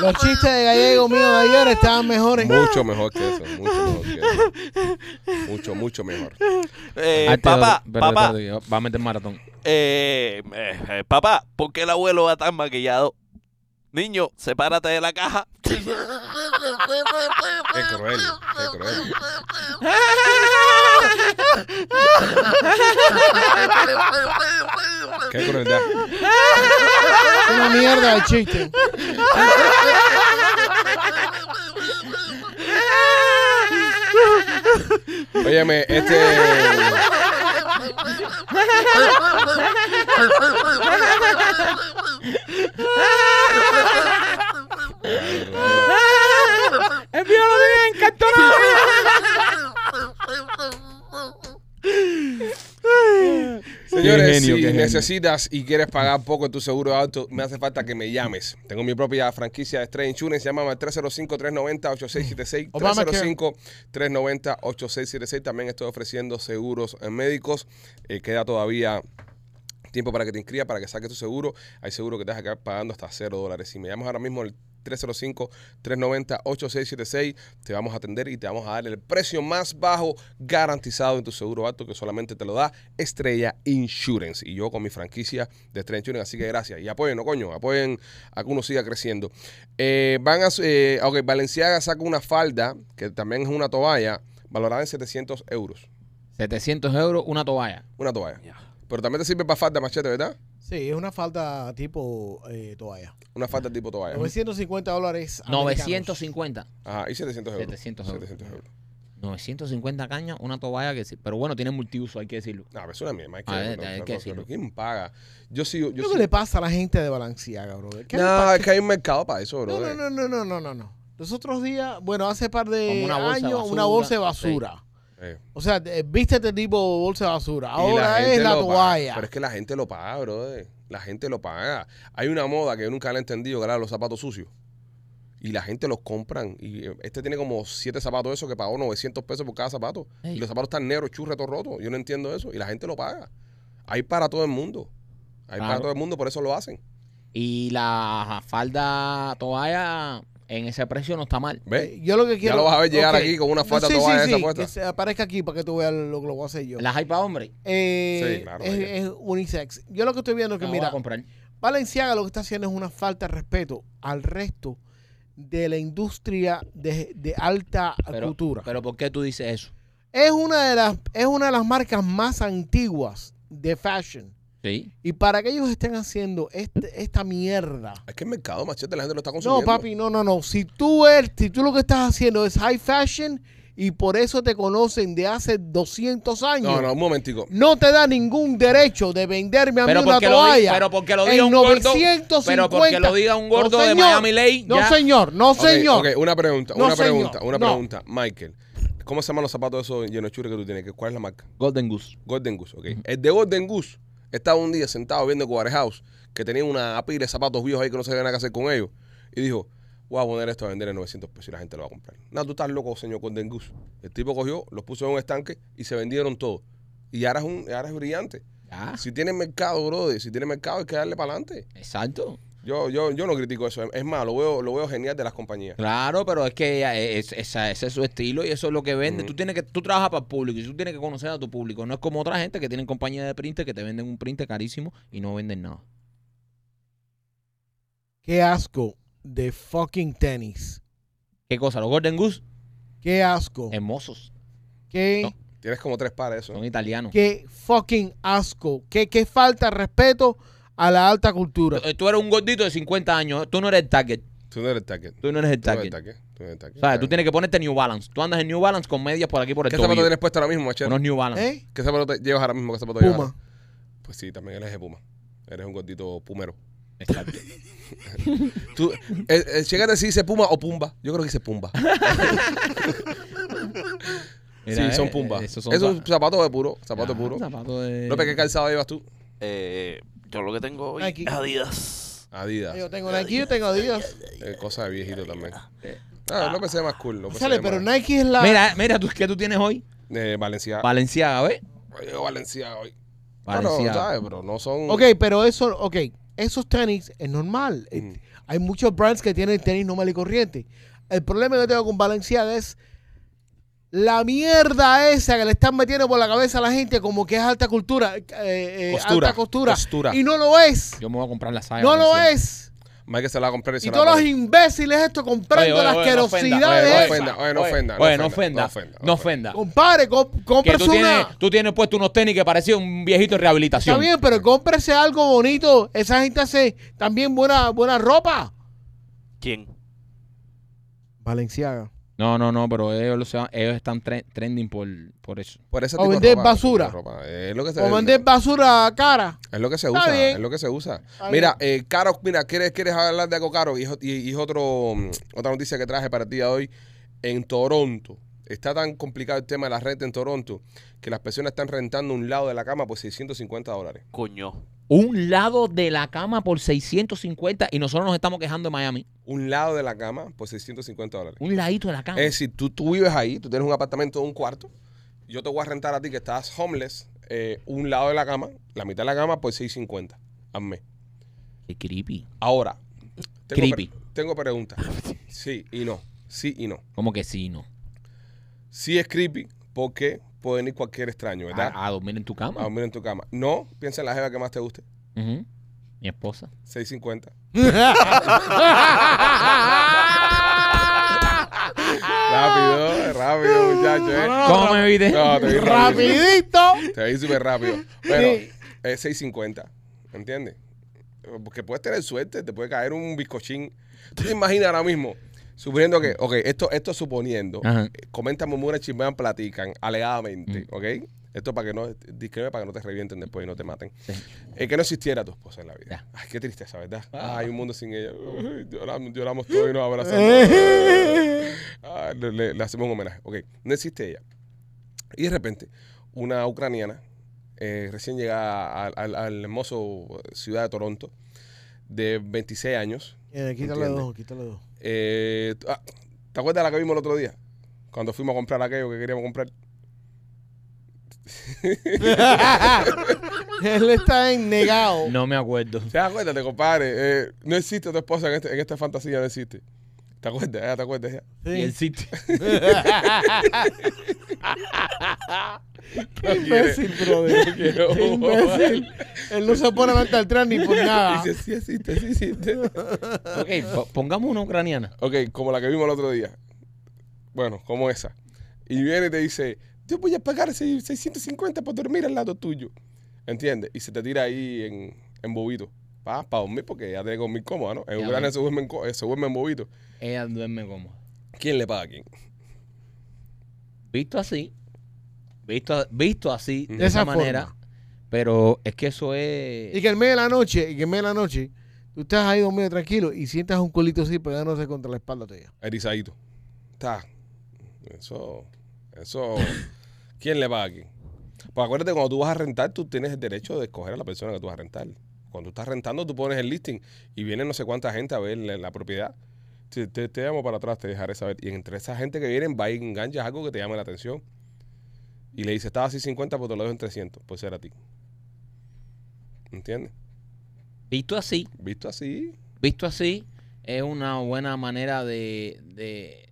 Los chistes de gallego mío de ayer estaban mejores.
Mucho mejor que eso, mucho mejor que eso. Mucho, mucho mejor.
eh,
Ah,
Arte,
Papá,
Ah, pero- pero-
papá,
pero- va a meter maratón.
eh, eh, eh, papá, ¿por qué el abuelo va tan maquillado? Niño, sepárate de la caja.
Qué cruel, qué cruel. Qué crueldad.
Una mierda de chiste.
Óyeme, este.
El video lo tiene encartonado. Qué
Señores,
genio,
si
qué genio.
necesitas y quieres pagar poco en tu seguro de auto, me hace falta que me llames. Tengo mi propia franquicia de Stray Insurance. Llámame al 305-390-8676.
Obamacare.
305-390-8676. También estoy ofreciendo seguros eh, médicos. Eh, queda todavía tiempo para que te inscribas, para que saques tu seguro. Hay seguro que te vas a quedar pagando hasta 0 dólares. Si me llamas ahora mismo el 305-390-8676, te vamos a atender y te vamos a dar el precio más bajo garantizado en tu seguro alto que solamente te lo da Estrella Insurance. Y yo con mi franquicia de Estrella Insurance, así que gracias. Y apoyen, no coño, apoyen a que uno siga creciendo. Eh, van a, eh, ok, Valenciaga saca una falda, que también es una toalla, valorada en 700 euros.
700 euros, una toalla.
Una toalla.
Ya.
Pero también te sirve para falda, machete, ¿verdad?
Sí, es una falta tipo eh, toalla.
Una falda tipo toalla.
950 dólares. americanos.
950.
Ajá, y 700 euros.
700 euros.
700 euros.
950 cañas, una toalla que sí. Pero bueno, tiene multiuso, hay que decirlo.
No, pero es una mierda. Hay que,
A ver,
no,
hay
una
que
cosa,
decirlo.
pero ¿Quién paga? Yo sigo.
¿Qué
Yo
es lo que
sigo-
le pasa a la gente de Balenciaga, bro? ¿Qué le
No, es que hay un mercado para eso, bro. eh.
No, no, no, no, no, no, no, no. Los otros días, bueno, hace par de
Como una bolsa de
años,
basura.
una bolsa de basura.
Eh.
O sea, eh, vístete tipo bolsa de basura.
Y
Ahora
gente
es la
lo paga.
toalla.
Pero es que la gente lo paga, bro. La gente lo paga. Hay una moda que yo nunca la he entendido, que era los zapatos sucios. Y la gente los compran. Y eh, este tiene como siete zapatos de esos que pagó 900 pesos por cada zapato.
Ey.
Y los zapatos están negros, churros, todo roto. Yo no entiendo eso. Y la gente lo paga. Hay para todo el mundo. Hay para
Claro.
todo el mundo, por eso lo hacen.
Y la falda toalla en ese precio no está mal.
¿Ves?
Eh, Yo lo que quiero.
lo vas a ver llegar
Ok.
aquí con una falda
sí, sí,
toalla de
sí,
esa puesta.
Que se aparezca aquí para que tú veas lo que lo voy a hacer yo.
Las hay para hombre.
Eh,
Sí, claro,
es,
vaya.
es unisex. Yo lo que estoy viendo es que,
la voy
mira,
a comprar.
Valenciaga lo que está haciendo es una falta de respeto al resto de la industria de, de alta
Pero,
cultura.
pero ¿por qué tú dices eso?
es, una de las, es una de las marcas más antiguas de fashion.
Sí.
Y para que ellos estén haciendo este- esta mierda.
Es que el mercado, machete, la gente lo está
No,
consumiendo.
papi, no, no, no. Si tú, eres- si tú lo que estás haciendo es high fashion y por eso te conocen de hace 200 años,
No,
no,
no, un momentico.
te da ningún derecho de venderme a mí
Pero
una
porque, lo di-
toalla.
pero porque lo
en
diga un gordo.
950.
Pero porque lo diga un gordo
No,
de
señor.
Miami Lake.
No,
ya.
señor, no,
Ok,
señor.
ok, una pregunta,
No,
una
señor.
pregunta, una
No.
pregunta. Michael, ¿cómo se llaman los zapatos esos llenos de churros que tú tienes? ¿Cuál es la marca?
Golden Goose.
Golden Goose, ok. El de Golden Goose estaba un día sentado viendo Quarry House, que tenía una pila de zapatos viejos ahí que no sabía nada que hacer con ellos. Y dijo, voy a poner esto a vender en 900 pesos y la gente lo va a comprar. No, tú estás loco, señor Golden Goose. El tipo cogió, los puso en un estanque y se vendieron todos. Y ahora es, un, ahora es brillante.
Ya.
Ah.
Si tiene mercado, brother, si tiene mercado hay que darle para adelante.
Exacto.
Yo, yo, yo no critico eso. Es más, lo veo, lo veo genial de las compañías.
Claro, pero es que ella- e, es- esa- ese es su estilo y eso es lo que vende.
Ujú.
Tú tienes que tú trabajas para el público y tú tienes que conocer a tu público. No es como otra gente que tienen compañía de printer que te venden un printer carísimo y no venden nada.
Qué asco de fucking tenis.
¿Qué cosa? Los Golden Goose,
Qué asco.
hermosos.
Qué,
no.
Tienes como tres pares de eso. ¿no?
Son italianos.
qué fucking asco. Qué, qué falta de respeto a la alta cultura.
Tú- Tú eres un gordito de 50 años. Tú no eres el target.
Tú no eres target.
Tú no eres el
Tú no eres
target.
target. Tú no eres target.
O sea, tú tienes que ponerte New Balance. Tú andas en New Balance con medias por aquí por el
¿Qué zapato
tobillo.
tienes puesto ahora mismo, Machete?
Unos New Balance.
¿Eh?
¿Qué zapato te llevas ahora mismo? ¿Qué zapato llevas?
Puma.
ahora? Pues sí, también eres de Puma. Eres un gordito pumero.
Exacto.
Tú, eh, eh, chécate si dice Puma o Pumba. Yo creo que dice Pumba.
Mira,
sí, son
eh,
Pumba.
eh,
Eso
esos son
es un
pa-
zapato de puro. Zapato
Ah,
puro.
zapato de-
López, ¿qué calzado llevas tú?
Eh, yo lo que tengo hoy
Nike.
es Adidas.
Adidas.
Yo tengo Nike, yo tengo Adidas.
Eh, cosa de viejito también. Ah, López se ve más cool. López se
Sale,
ve
pero
más-
Nike es la.
Mira, eh, mira, ¿tú, ¿qué tú tienes hoy?
Eh, Valencia.
Valenciaga, ¿ves?
Yo Valencia hoy. Bueno,
Valenciaga.
¿sabes? Pero Ah, no son...
Ok, eh, pero eso, ok. Esos tenis es normal. Eh,
Mm.
Hay muchos brands que tienen tenis normal y corriente. El problema que tengo con Balenciaga es la mierda esa que le están metiendo por la cabeza a la gente como que es alta cultura, eh, eh,
Costura,
alta costura,
costura.
y no lo es,
Yo me voy a comprar la saga.
no lo
eh,
Valenciaga.
es.
Michael se la va a comprar y se
Y
la va a
todos los
poner.
imbéciles esto comprando
Oye, oye,
las
oye, no ofenda,
asquerosidades.
eh. Oye, no
esas.
ofenda, oye, no ofenda, no
Oye, no
ofenda,
ofenda.
no ofenda, no
No ofenda.
ofenda.
Compadre, comp-
Que
cómprese
tú tienes,
una.
tú tienes puesto unos tenis que parecía un viejito en
Está
rehabilitación.
bien, pero cómprese algo bonito. Esa gente hace también buena, buena ropa.
¿Quién?
Valenciaga.
No, no, no, pero ellos, lo se van- ellos están tre- trending por, por eso.
Por ese
O
tipo de
vender
ropa, ese tipo de
basura.
ropa. Es lo que se
O vender basura cara.
Es lo que se
Está
usa,
bien.
es lo que se usa.
Está
mira, eh, Caro, mira, ¿quieres, ¿quieres hablar de algo caro? Y, es- y- y es otro, mm, otra noticia que traje para ti hoy. En Toronto, está tan complicado el tema de la renta en Toronto que las personas están rentando un lado de la cama por 650 dólares.
Coño.
Un lado de la cama por 650 y nosotros nos estamos quejando de Miami.
Un lado de la cama por 650 dólares.
Un ladito de la
Ah.
cama.
Es decir, tú, tú vives ahí, tú tienes un apartamento de un cuarto, yo te voy a rentar a ti que estás homeless, eh, un lado de la cama, la mitad de la cama por 650 al mes.
Qué creepy.
Ahora, tengo,
Creepy.
pre- tengo preguntas. Sí y no. Sí y no.
Como que sí, no.
Sí es creepy porque puede venir cualquier extraño, ¿verdad? Ah,
A, a dormir en tu
A
cama.
dormir en tu cama. No, piensa en la jeva que más te guste.
Ujú. Mi esposa.
650. Rápido, rápido, muchacho. ¿eh?
¿Cómo me viste?
No, te vi rápido.
Rapidito.
Te vi súper rápido. Pero es 650. ¿Entiendes? Porque puedes tener suerte, te puede caer un bizcochín. Tú te imaginas ahora mismo, suponiendo que, ok, esto, esto suponiendo,
Ajá.
comentan, murmuran, chismean, platican, alegadamente,
Mm.
¿ok? Esto para que no, discreme para que no te revienten después y no te maten.
Sí.
Es que no existiera tu esposa en la vida.
Ya.
Ay, qué tristeza, ¿verdad?
Ah.
Ay, un mundo sin ella. Ay, Lloramos, lloramos todos y nos abrazamos. Ah, le, le- le hacemos un homenaje. Ok, no existe ella. Y de repente, una ucraniana eh, recién llegada al, al- al hermoso ciudad de Toronto, de 26 años.
Eh, quítale
Entiende.
dos, quítale dos.
Eh, t- ah, ¿Te acuerdas de la que vimos el otro día? Cuando fuimos a comprar aquello que queríamos comprar.
Él está en
Oh.
negado.
No me acuerdo.
¿Te das cuenta, compadre? Eh, no existe tu esposa en, este- en esta fantasía, no existe. ¿Te acuerdas? Ah, ¿Te acuerdas? ya?
Y el sitio.
No quiere-
brother.
no quiere
Qué imbécil.
jugar.
Él no se pone delante del tren ni por nada.
Dice, sí existe, sí existe.
Ok, po- pongamos una ucraniana.
Ok, como la que vimos el otro día. Bueno, como esa. Y viene y te dice, yo voy a pagar seis- 650 por dormir al lado tuyo. ¿Entiendes? Y se te tira ahí en, en bobito. Para dormir porque ya tiene que dormir cómoda, ¿no? En
Ya,
Ucrania
bueno.
se duermen, co- eh, se duermen en bobito.
Ella duerme como.
¿Quién le paga a quién?
Visto así. Visto, visto así, de,
De
esa,
esa
manera.
forma.
Pero es que eso
Y
es.
que en medio de la noche, y que en medio de la noche, tú estás ahí dormido tranquilo y sientas un culito así pegándose contra la espalda tuya.
Erizadito. Está. Eso. Eso. ¿Quién le paga a quién? Pues acuérdate, cuando tú vas a rentar, tú tienes el derecho de escoger a la persona que tú vas a rentar. Cuando tú estás rentando, tú pones el listing y viene no sé cuánta gente a ver la, la propiedad. Te, te, te llamo para atrás, te dejaré saber. Y entre esa gente que vienen, va y enganchas algo que te llame la atención. Y le dices, estaba así 50, pues te lo dejo en 300. Pues será a ti. ¿Entiendes?
Visto así.
Visto así,
Visto así, es una buena manera de, de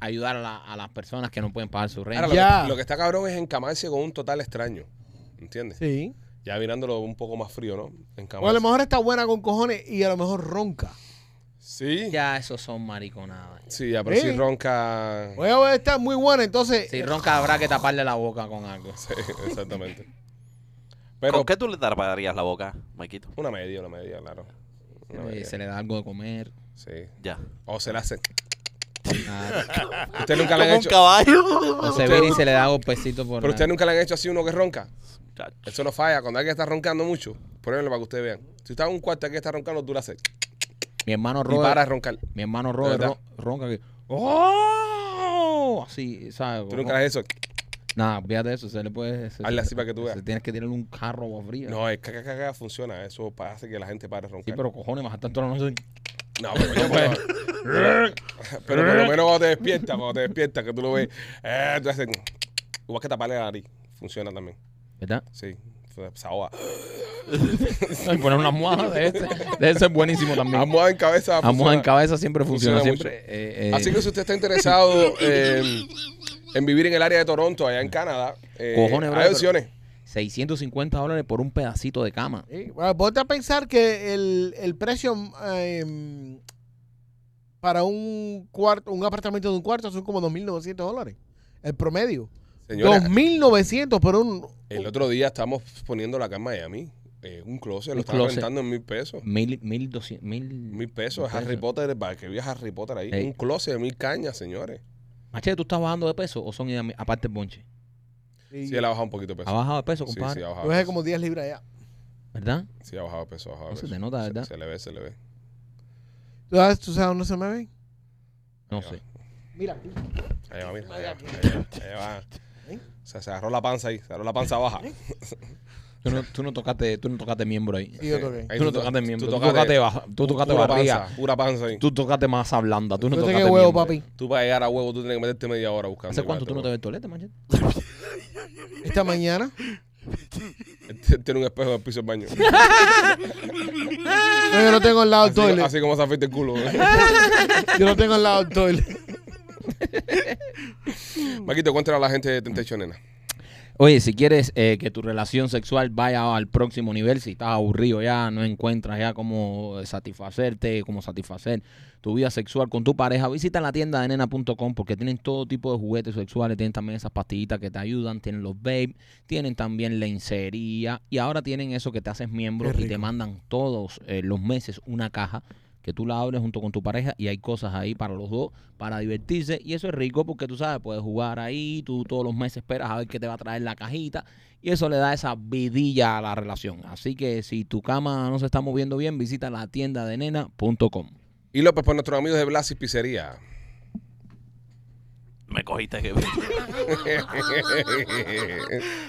ayudar a, la- a las personas que no pueden pagar su
Ahora,
renta.
lo,
Ya.
que, lo que está cabrón es encamarse con un total extraño. ¿Entiendes?
Sí.
Ya mirándolo un poco más frío, ¿no?
O a
Encamarse.
lo mejor está buena con cojones y a lo mejor ronca.
Sí.
Ya, esos son mariconadas.
Sí, ya, pero
Sí.
si ronca.
Oye, oye, Pues, está muy buena, entonces.
Si ronca, habrá que taparle la boca con algo.
Sí, exactamente.
¿Con
Pero
qué tú le taparías la boca, Maquito?
una media, una media, claro. Una
Eh,
media.
se le da algo de comer.
Sí.
Ya.
O se la hace.
Ah,
Usted nunca le
Como
han
un
hecho.
caballo.
o se viene y se le da golpecito por
Pero usted
la-
nunca le han hecho así uno que ronca.
Chacho.
Eso no falla. Cuando alguien está roncando mucho, pruébenlo para que ustedes vean. Si está en un cuarto aquí está roncando, tú la haces.
Mi hermano
Y para de
Robert.
roncar.
Mi hermano Robert
verdad.
ro- ronca que. ¡Oh! Así, ¿sabes?
Tú nunca le has hecho.
Nada, fíjate eso, se le puede. se-
Hazle
se-
así para que tú
se-
veas.
Tienes que tirarle un carro agua fría.
No, es caca, caca, funciona. Eso pa- hace que la gente pare de
Sí,
roncar.
pero cojones, más tanto no sé.
No, pero coño, pero- pero por lo menos cuando te despiertas, cuando te despiertas, que tú lo ves, eh, tú haces, igual que taparle la nariz, funciona también,
¿Verdad?
sí, se ahoga.
No, y poner una almohada de ese. De ese es buenísimo también.
Almohada en cabeza
Almohada en
funciona.
cabeza siempre funciona.
Funciona
siempre. eh, eh,
Así que si usted está interesado eh, en vivir en el área de Toronto, allá en Canadá, eh,
Cojones, bro,
hay
pero-
opciones.
650 dólares por un pedacito de cama.
Sí, bueno, ponte a pensar que el, el precio eh, para un cuarto, un apartamento de un cuarto son como 2.900 dólares. El promedio.
Señores,
2.900 por un...
el otro día estamos poniendo la cama en Miami. Eh, un closet,
Un
lo estaba
closet.
rentando en mil pesos.
Mil, mil, doscientos, mil.
Mil pesos,
mil
Harry Potter, para que veas Harry Potter ahí.
Ey.
Un closet de mil cañas, señores.
Machete, ¿tú estás bajando de peso o son ideas mías? aparte el bonche?
Sí, él ha bajado un poquito de peso.
¿Ha bajado de peso,
Sí,
compadre?
sí, ha bajado.
Yo
de
dejé
peso.
como 10 libras ya.
¿Verdad?
Sí, ha bajado de peso, ha bajado de
No se
peso.
te nota, ¿verdad?
Se, le ve, se le ve.
¿Tú sabes, tú sabes dónde se me ven?
No
Ya.
sé.
Mira, aquí.
Ahí va, mira. Ahí va, ahí va, ahí va. O sea, se agarró la panza ahí, se agarró la panza baja.
Tú no, tú no tocaste, tú no tocaste miembro ahí.
Y yo toqué.
Ahí
Tú no tocaste miembro. Tú
tocaste-
tocaste, baja- tú tocaste
pura
barriga.
panza, pura panza ahí. Tú,
Tú tocaste masa blanda. Tú no
Yo
tocaste
toqué huevo,
miembro.
papi.
para llegar a huevo, tú tienes que meterte media hora buscando.
¿Hace cuánto tú no te
igual,
ves el tolete, Machete?
Esta mañana.
Él Tiene un espejo en el piso del baño.
No, yo no tengo al lado del
así,
toilet.
así como se afeita el culo.
Yo no tengo al lado del toilet.
Maquito, cuéntale a la gente de Tentation, nena.
Oye, si quieres eh, que tu relación sexual vaya al próximo nivel, si estás aburrido ya, no encuentras ya cómo satisfacerte, cómo satisfacer tu vida sexual con tu pareja, visita la tienda de nena.com porque tienen todo tipo de juguetes sexuales, tienen también esas pastillitas que te ayudan, tienen los babe, tienen también lencería y ahora tienen eso que te haces miembro
Qué
y te
rico.
mandan todos eh, los meses una caja que tú la abres junto con tu pareja y hay cosas ahí para los dos, para divertirse. Y eso es rico porque tú sabes, puedes jugar ahí, tú todos los meses esperas a ver qué te va a traer la cajita y eso le da esa vidilla a la relación. Así que si tu cama no se está moviendo bien, visita la tienda de nena.com.
Y López, por nuestros amigos de Blas y Pizzería.
Me cogiste que.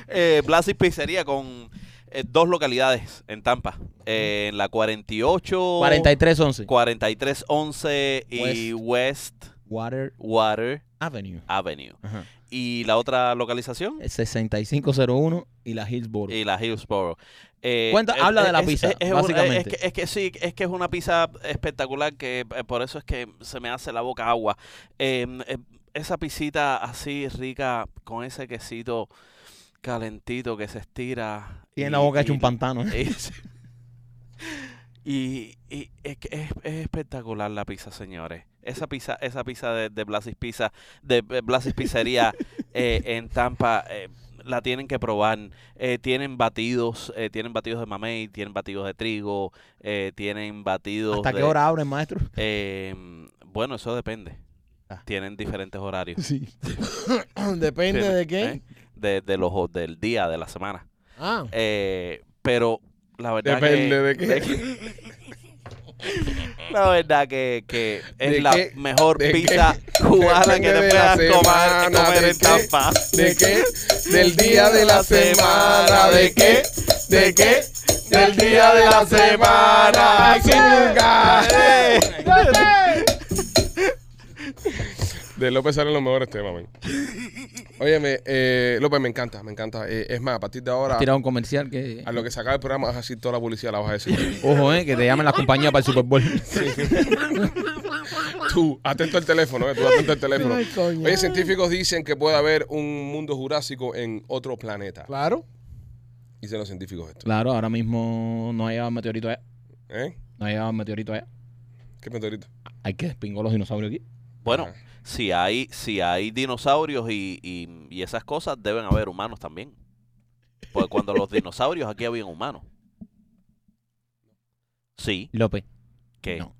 eh, Blas y Pizzería con eh, dos localidades en Tampa. Eh, en la 48.
4311
4311 y West
Water
Water
Avenue. Eh,
Avenue.
Ajá.
Y la otra localización.
El 6501 y la Hillsboro.
Y la Hillsboro. Eh,
Cuenta-
eh,
habla de la
es-
pizza,
es- es un-
básicamente.
es que- es que sí, es que es una pizza espectacular que eh, por eso es que se me hace la boca agua. Eh, eh, esa pisita así rica con ese quesito calentito que se estira.
Tiene la boca hecha un
pan
pantano. ¿eh?
Es- y y es, que es, es espectacular la pizza, señores. Esa pizza, esa pizza de, de Blasis Pizza, de eh, Blasis Pizzería eh, en Tampa, eh, la tienen que probar. Eh, tienen batidos, eh, tienen batidos de mamey, tienen batidos de trigo, eh, tienen batidos
¿Hasta qué
de-
hora abren, maestro?
Em, bueno, eso depende.
Ah.
Tienen diferentes horarios.
Sí.
Depende
Tienen,
de qué.
¿eh? De, de los, ho- del día, de la semana.
Ah.
Eh, pero la verdad
Depende
que,
de qué.
La verdad que, que es
¿De
la
qué?
mejor
¿De qué?
pizza cubana que
Depende
te
de la
puedas comer,
semana,
comer
¿de
en
qué?
Tampa.
¿De qué? Del día de la semana. ¿De qué? ¿De qué? Del día de la semana. Así nunca.
Eh,
De López salen los mejores temas, man. Óyeme, eh, López, me encanta, me encanta. Eh, es más, a partir de ahora,
Tira un comercial que.
a lo que se acabe el programa, vas a decir toda la publicidad, la vas a decir.
Ojo, eh, que te llamen la compañía para el Super Bowl.
tú, atento al teléfono, eh, tú atento al teléfono.
Ay, coño.
Oye, científicos dicen que puede haber un mundo jurásico en otro planeta.
Claro.
Dicen los científicos esto.
Claro, ahora mismo no ha llegado el meteorito allá.
¿Eh?
No ha llegado el meteorito allá.
¿Qué meteorito?
Hay que despingar los dinosaurios aquí.
Bueno,
Ajá.
si hay, si hay dinosaurios y, y- y esas cosas, deben haber humanos también. Porque cuando los dinosaurios aquí habían humanos. Sí,
López,
que
No.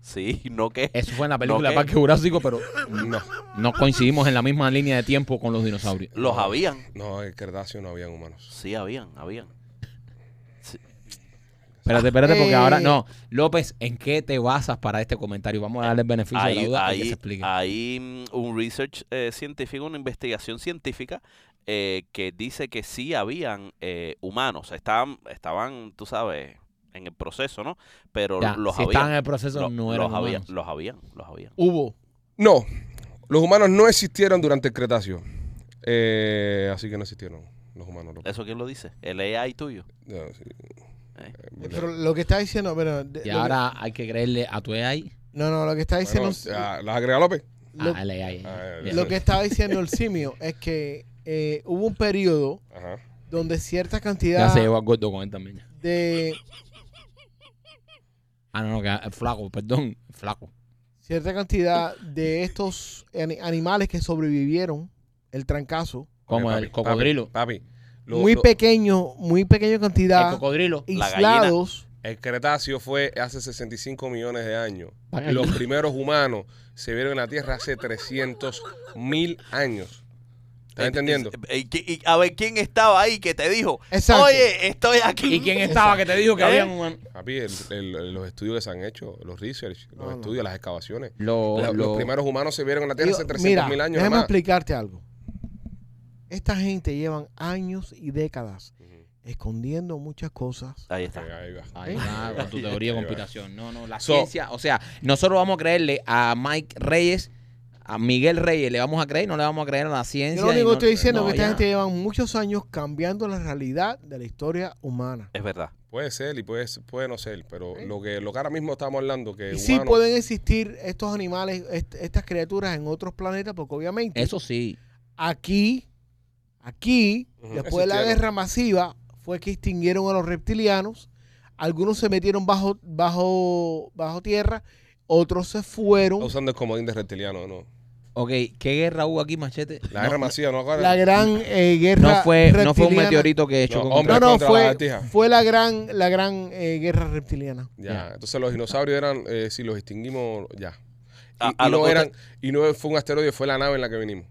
sí, no que
eso fue en la película
¿qué?
Parque Jurásico, pero
Ah, No,
no coincidimos en la misma línea de tiempo con los dinosaurios.
los habían,
no, en Cardacio no habían humanos.
sí habían, habían.
Espérate, espérate, porque
Eh.
ahora no. López, ¿en qué te basas para este comentario? Vamos a darle el beneficio de la
Hay,
duda a que
hay-
se explique.
ah,
hay, mm, un research eh, científico, una investigación científica eh, que dice que sí habían eh, humanos. Estaban, estaban, tú sabes, en el proceso, ¿no? Pero
Ya,
los
si estaban en
habían.
el proceso,
Lo-
no eran
los, habían
humanos.
los habían, los habían.
Hubo.
No, los humanos no existieron durante el Cretáceo. Eh, así que no existieron los humanos. López.
¿Eso quién lo dice? El AI tuyo.
No, sí.
Eh.
Eh,
Pero lo que está diciendo. Pero, de-
Y
lo que-
ahora hay que creerle a tu AI.
no, no, lo que está diciendo.
Bueno, ah, ¿Las agrega López?
lo,
Ah, al AI.
Ah,
Ya.
lo que estaba diciendo el simio es que eh, hubo un periodo
Ajá.
donde cierta
Ya
cantidad
se llevó a gordo con él también. ya.
de
Ah, no, no, que eh, flaco, perdón, flaco.
cierta cantidad de estos ani- animales que sobrevivieron el trancazo
Como
Ok,
el
papi,
cocodrilo.
Papi, papi, Lo-
muy
lo-
pequeño, muy pequeña
El
cantidad,
cocodrilo.
La gallina.
aislados.
El Cretáceo fue hace 65 millones de años.
Vaya.
Los primeros humanos se vieron en la Tierra hace 300 mil años. ¿Estás entendiendo?
Eh, eh, qui- y- a ver, ¿quién estaba ahí que te dijo?
Exacto.
Oye, estoy aquí.
¿Y quién estaba que te dijo que
¿Eh?
había un...
Papi, el- el- los estudios que se han hecho, los research, los
No, no.
estudios, las excavaciones.
Lo-
La-
lo-
Los primeros humanos se vieron en la Tierra
Digo,
hace 300
mira,
mil años.
déjame
nada más.
explicarte algo. Esta gente llevan años y décadas escondiendo muchas cosas.
Ahí
Ok,
está.
Pues ahí va.
Ahí va, con tu teoría de conspiración. No, no, la
So-
ciencia. O sea, nosotros vamos a creerle a Mike Reyes, a Miguel Reyes, le vamos a creer, no le vamos a creer a la ciencia.
Yo lo único
y no-
que estoy diciendo
no,
es que esta
ya.
gente llevan muchos años cambiando la realidad de la historia humana.
Es verdad.
Puede ser y puede, ser- puede no ser, pero lo que lo que ahora mismo estamos hablando que
Y sí
humanos-
pueden existir estos animales, est- estas criaturas en otros planetas, porque obviamente
Eso sí.
aquí, aquí,
Ujú.
después de la
Existieron.
guerra masiva, fue que extinguieron a los reptilianos. Algunos se metieron bajo, bajo, bajo tierra, otros se fueron.
Está usando el comodín de reptiliano, ¿no?
Ok, ¿qué guerra hubo aquí, Machete?
La
no,
guerra masiva, ¿no? Ahora-
la gran eh, guerra
no fue, no fue un
reptiliana.
meteorito que echó
No,
contra-
hombre.
No, no,
Contra la
fue,
lagartija.
fue la gran, la gran eh, guerra reptiliana.
Ya,
Ya.
entonces los dinosaurios eran, eh, si los extinguimos, ya. Y,
A-
y
a lo
no
que
eran, y no fue un asteroide, fue la nave en la que vinimos.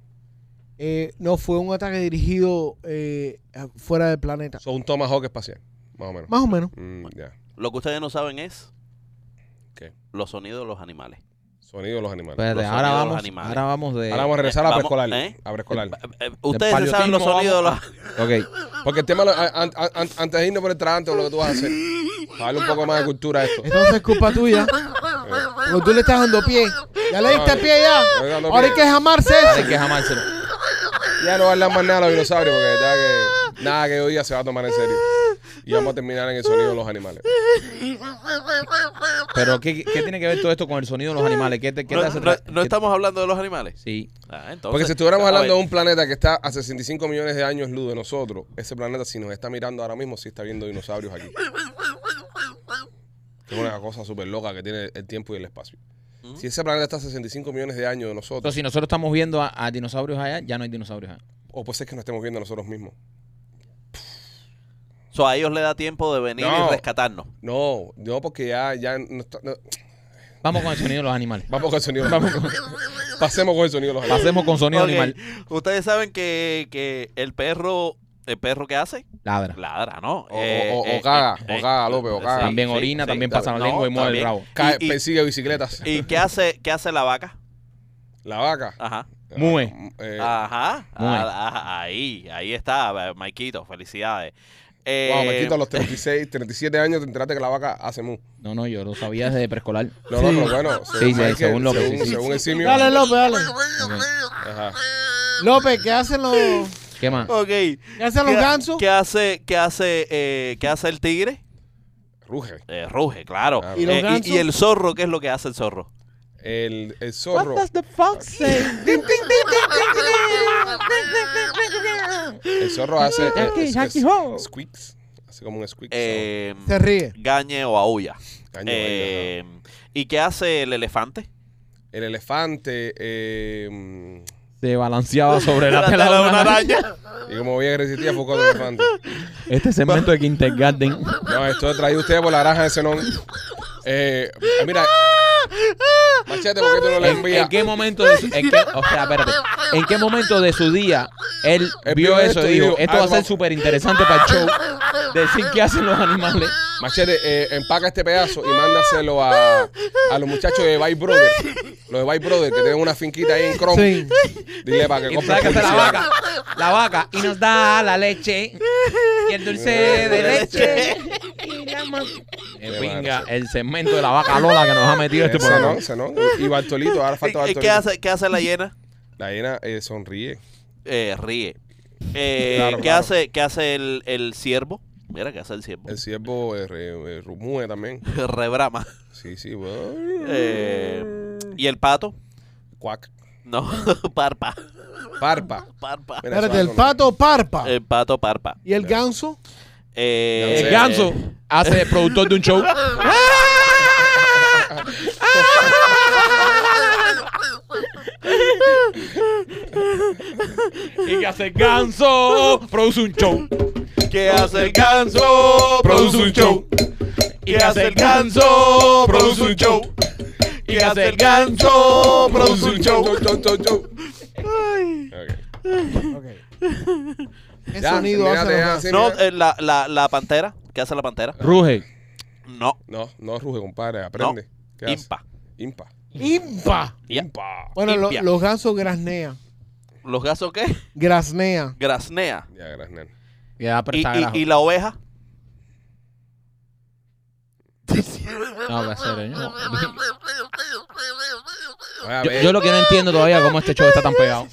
Eh, no fue un ataque dirigido eh, fuera del planeta.
Son un Tomahawk espacial, más o menos.
Más o menos.
Mm, ya.
Lo que ustedes no saben es
¿Qué?
los sonidos de los animales.
Sonido de los animales.
Pues,
Espérate,
Los
ahora
sonidos de los
vamos,
animales.
ahora vamos de...
Ahora vamos a regresar
Eh,
a
vamos,
preescolar.
¿eh?
A preescolar.
Eh, Ustedes se saben los
paliotismo,
sonidos de los...
ah,
vamos Ok,
Porque el tema, lo- a- an- an- an- antes de irnos por el tragante, lo que tú vas a hacer, para darle un poco más de cultura a esto.
Entonces es culpa tuya. Porque Pues tú le estás dando pie. Ya le diste
No,
pie
le estoy
ya.
dando
Ahora
pie.
hay que jamarse
hay que jamárselo.
Ya no hablan más nada de los dinosaurios, porque de verdad que nada que hoy día se va a tomar en serio. Y vamos a terminar en el sonido de los animales.
Pero, ¿qué, ¿qué tiene que ver todo esto con el sonido de los animales? ¿Qué te, qué te
No,
hace
no-
tra- qué-
no estamos hablando de los animales.
Sí.
Ah, entonces-
Porque si estuviéramos
a ver,
hablando de un planeta que está a 65 millones de años luz de nosotros, ese planeta si nos está mirando ahora mismo, sí está viendo dinosaurios aquí. Que Es una cosa súper loca que tiene el tiempo y el espacio. Si ese planeta está a 65 millones de años de nosotros,
Entonces, si nosotros estamos viendo a, a dinosaurios allá, ya no hay dinosaurios allá.
o pues es que nos estemos viendo nosotros mismos.
so, a ellos le da tiempo de venir
No.
y rescatarnos.
No, no, porque ya, ya no está- no.
Vamos con el sonido de los animales.
Vamos con el sonido. Pasemos con el sonido de los animales.
Pasemos con sonido
Ok,
animal.
Ustedes saben que, que el perro, el perro que hace,
Ladra.
ladra, ¿no? Eh,
O- o- o caga, o caga, López, o caga.
También orina, también
claro.
pasa la lengua y mueve el
también.
rabo.
Cae-
Y- y-
persigue bicicletas.
¿Y qué hace, qué hace la vaca?
La vaca.
Ajá.
Mue.
Eh,
Ajá.
Muy.
Ah, ah, ahí, ahí está, eh, Maikito, felicidades. Eh,
Wow, me quito a los 36, 37 años, te enteraste que la vaca hace mu.
No, no, yo lo sabía desde preescolar.
No, no,
¿eh?
pero bueno.
Sí, sí,
Michael,
según López,
Según,
sí, sí.
según el simio.
Dale, López, dale.
Ajá.
López, ¿qué hacen los,
¿Qué más?
Ok.
qué hacen los
¿Qué-
gansos?
¿Qué hace, qué hace, eh, qué hace el tigre?
Ruge.
Eh, ruge, claro.
Claro.
¿Y los
Eh,
gansos?
y el zorro, ¿qué es lo que hace el zorro?
El, el zorro. El zorro hace. eh, es- es-
oh.
squeaks. Hace como un squeak.
Eh,
Se ríe.
gañe o aulla.
so- caño,
Eh,
ahí,
¿Y qué hace el elefante?
ajá. El elefante. eh, mm,
Se balanceaba sobre la
La
tela
tela
de una araña.
y como bien resistía, fue cuatro elefantes.
Este segmento de Kindergarten.
No, esto lo traí usted por la granja de Zenón. Eh, mira. Machete, ¿por qué tú no le
¿En,
envías?
en qué momento de su, en qué, o sea, espérate. ¿En qué momento de su día él
Él
vio
vio
eso
esto
y
y
dijo,
dijo,
esto
"Ah,
va a ser
vamos".
súper interesante para el show? Decir qué hacen los animales.
Machete, eh, empaca este pedazo y mándaselo a, a los muchachos de Vice Brother. Los de Vice Brother que tienen una finquita ahí en Chrome.
Sí.
Dile para que
Y tú
compren
sabes que está la
publicidad.
vaca. La vaca. Y nos da la leche. Y el dulce Eh, de leche. Y la ma- Eh, pinga, el segmento de la vaca Lola que nos ha metido este
Ese
programa.
no, ese no. Eh, Y Bartolito, ahora falta
¿Y- y
Bartolito.
¿Qué hace, qué hace la hiena?
La hiena eh, sonríe.
Eh, ríe. Eh,
Claro,
¿qué,
claro.
Hace, ¿Qué hace el, el ciervo? Mira, ¿qué hace el ciervo?
El ciervo eh, re- eh, rumúe también.
Rebrama.
Sí, sí.
Eh, ¿Y el pato?
Cuac.
No, parpa.
Parpa.
Parpa.
Mira,
Espérate,
eso
el
va con-
pato parpa.
Eh,
El pato parpa.
Y el ganso.
Eh,
El ganso hace de productor de un show. ¿Y qué hace el ganso? Produce un show.
¿Qué hace el ganso?
Produce un show.
¿Qué hace el ganso?
Produce un show.
¿Qué hace el ganso? Produce un show.
Ok.
¿Qué
Ya,
sonido
mírate,
hace?
ya,
los-
sí,
No,
mira.
eh, la, la, la pantera. ¿Qué hace la pantera?
Ruge.
No.
No, no ruge, compadre. Aprende. ¿Qué hace?
Impa.
Impa.
¡Impa!
Ya.
Impa.
Bueno, lo-
Impia.
los gansos grasnean.
¿Los gasos qué?
Grasnea.
Grasnea.
Ya, gracias, nena.
Ya, pero
¿Y,
está
y,
grajo.
y la oveja?
No, pero serio, yo no-
Vaya,
Yo,
ve.
yo lo que no entiendo todavía es cómo este show está tan pegado.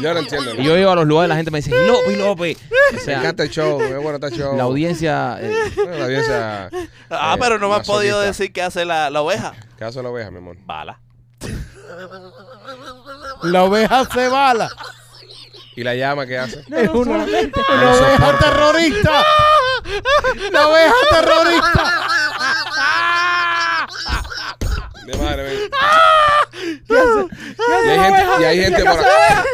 Yo no entiendo.
Y yo llego a los lugares y la gente me dice, "Y López, y López. O
Me
sea,
encanta el show, es bueno está el show.
la audiencia... eh,
Bueno, la audiencia.
Ah,
eh,
pero no me has podido
masoquista.
decir qué hace la, la oveja.
¿Qué hace la oveja, mi amor?
Bala.
La oveja se bala.
¿Y la llama qué hace?
es una la oveja terrorista. La oveja terrorista.
De madre mía. Y hay gente, y hay gente por acá.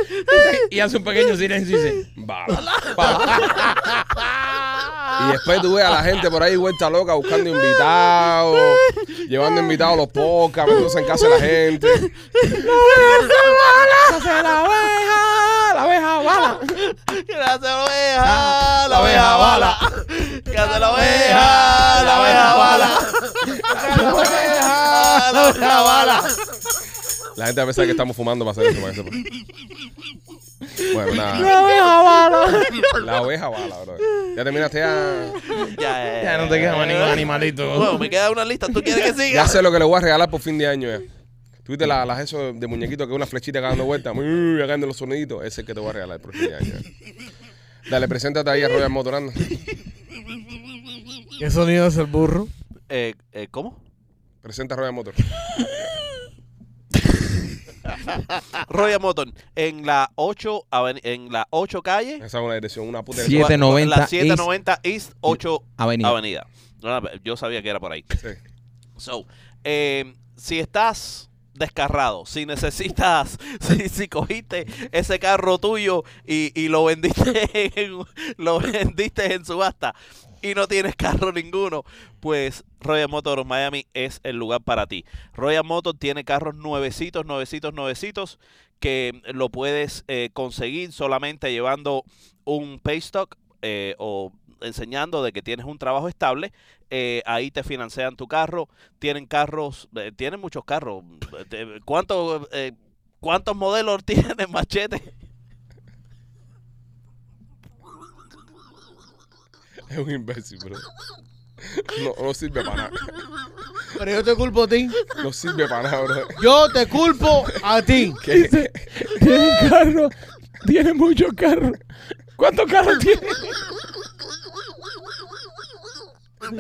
y hace un pequeño silencio y dice,
Bala, bala. Y después tú ves a la gente por ahí vuelta loca buscando invitados, llevando invitados a los pocas, metiéndose en casa de la gente.
la abeja, la abeja bala.
¿Qué hace la oveja? Ah, La oveja bala. ¿Qué hace la oveja? La oveja bala. La oveja bala.
La gente va a pensar que estamos fumando para hacer eso. Para eso. Bueno, nada.
La abeja bala.
La oveja bala, bro. Ya terminaste ya.
Ya,
Ya no te queda más ningún
Bueno,
animalito.
me queda una lista. ¿Tú quieres que siga?
Ya sé lo que le voy a regalar por fin de año ya. Tuviste las la, eso de muñequito que es una flechita que dando vueltas, muy agarrando los soniditos. Ese es el que te voy a regalar por fin de año. ya. Dale, preséntate ahí a Royal Motoranda.
¿Qué sonido es el burro?
Eh, eh, ¿Cómo?
Presenta a Royal Motor.
Royal Motor. En la 8, aven- en la 8 calle.
Esa es una dirección, una puta
Sí.
dirección.
790
La 790 East 8
Avenida.
Avenida. No, no, Yo sabía que era por ahí.
Sí.
So, eh, si estás descarrado, si necesitas, si, si cogiste ese carro tuyo y, y lo vendiste en, lo vendiste en subasta y no tienes carro ninguno, pues Royal Motors Miami es el lugar para ti. Royal Motors tiene carros nuevecitos, nuevecitos, nuevecitos que lo puedes eh, conseguir solamente llevando un paystock eh, o enseñando de que tienes un trabajo estable. eh, ahí te financian tu carro tienen carros, eh, tienen muchos carros. Eh, ¿Cuántos, eh, cuántos modelos tienen machete?
Es un imbécil, bro. No, no sirve para nada.
Pero yo te culpo a ti.
No sirve para nada, bro.
Yo te culpo a ti.
¿Qué?
Tiene carro, tiene muchos carros. ¿Cuántos carros tiene?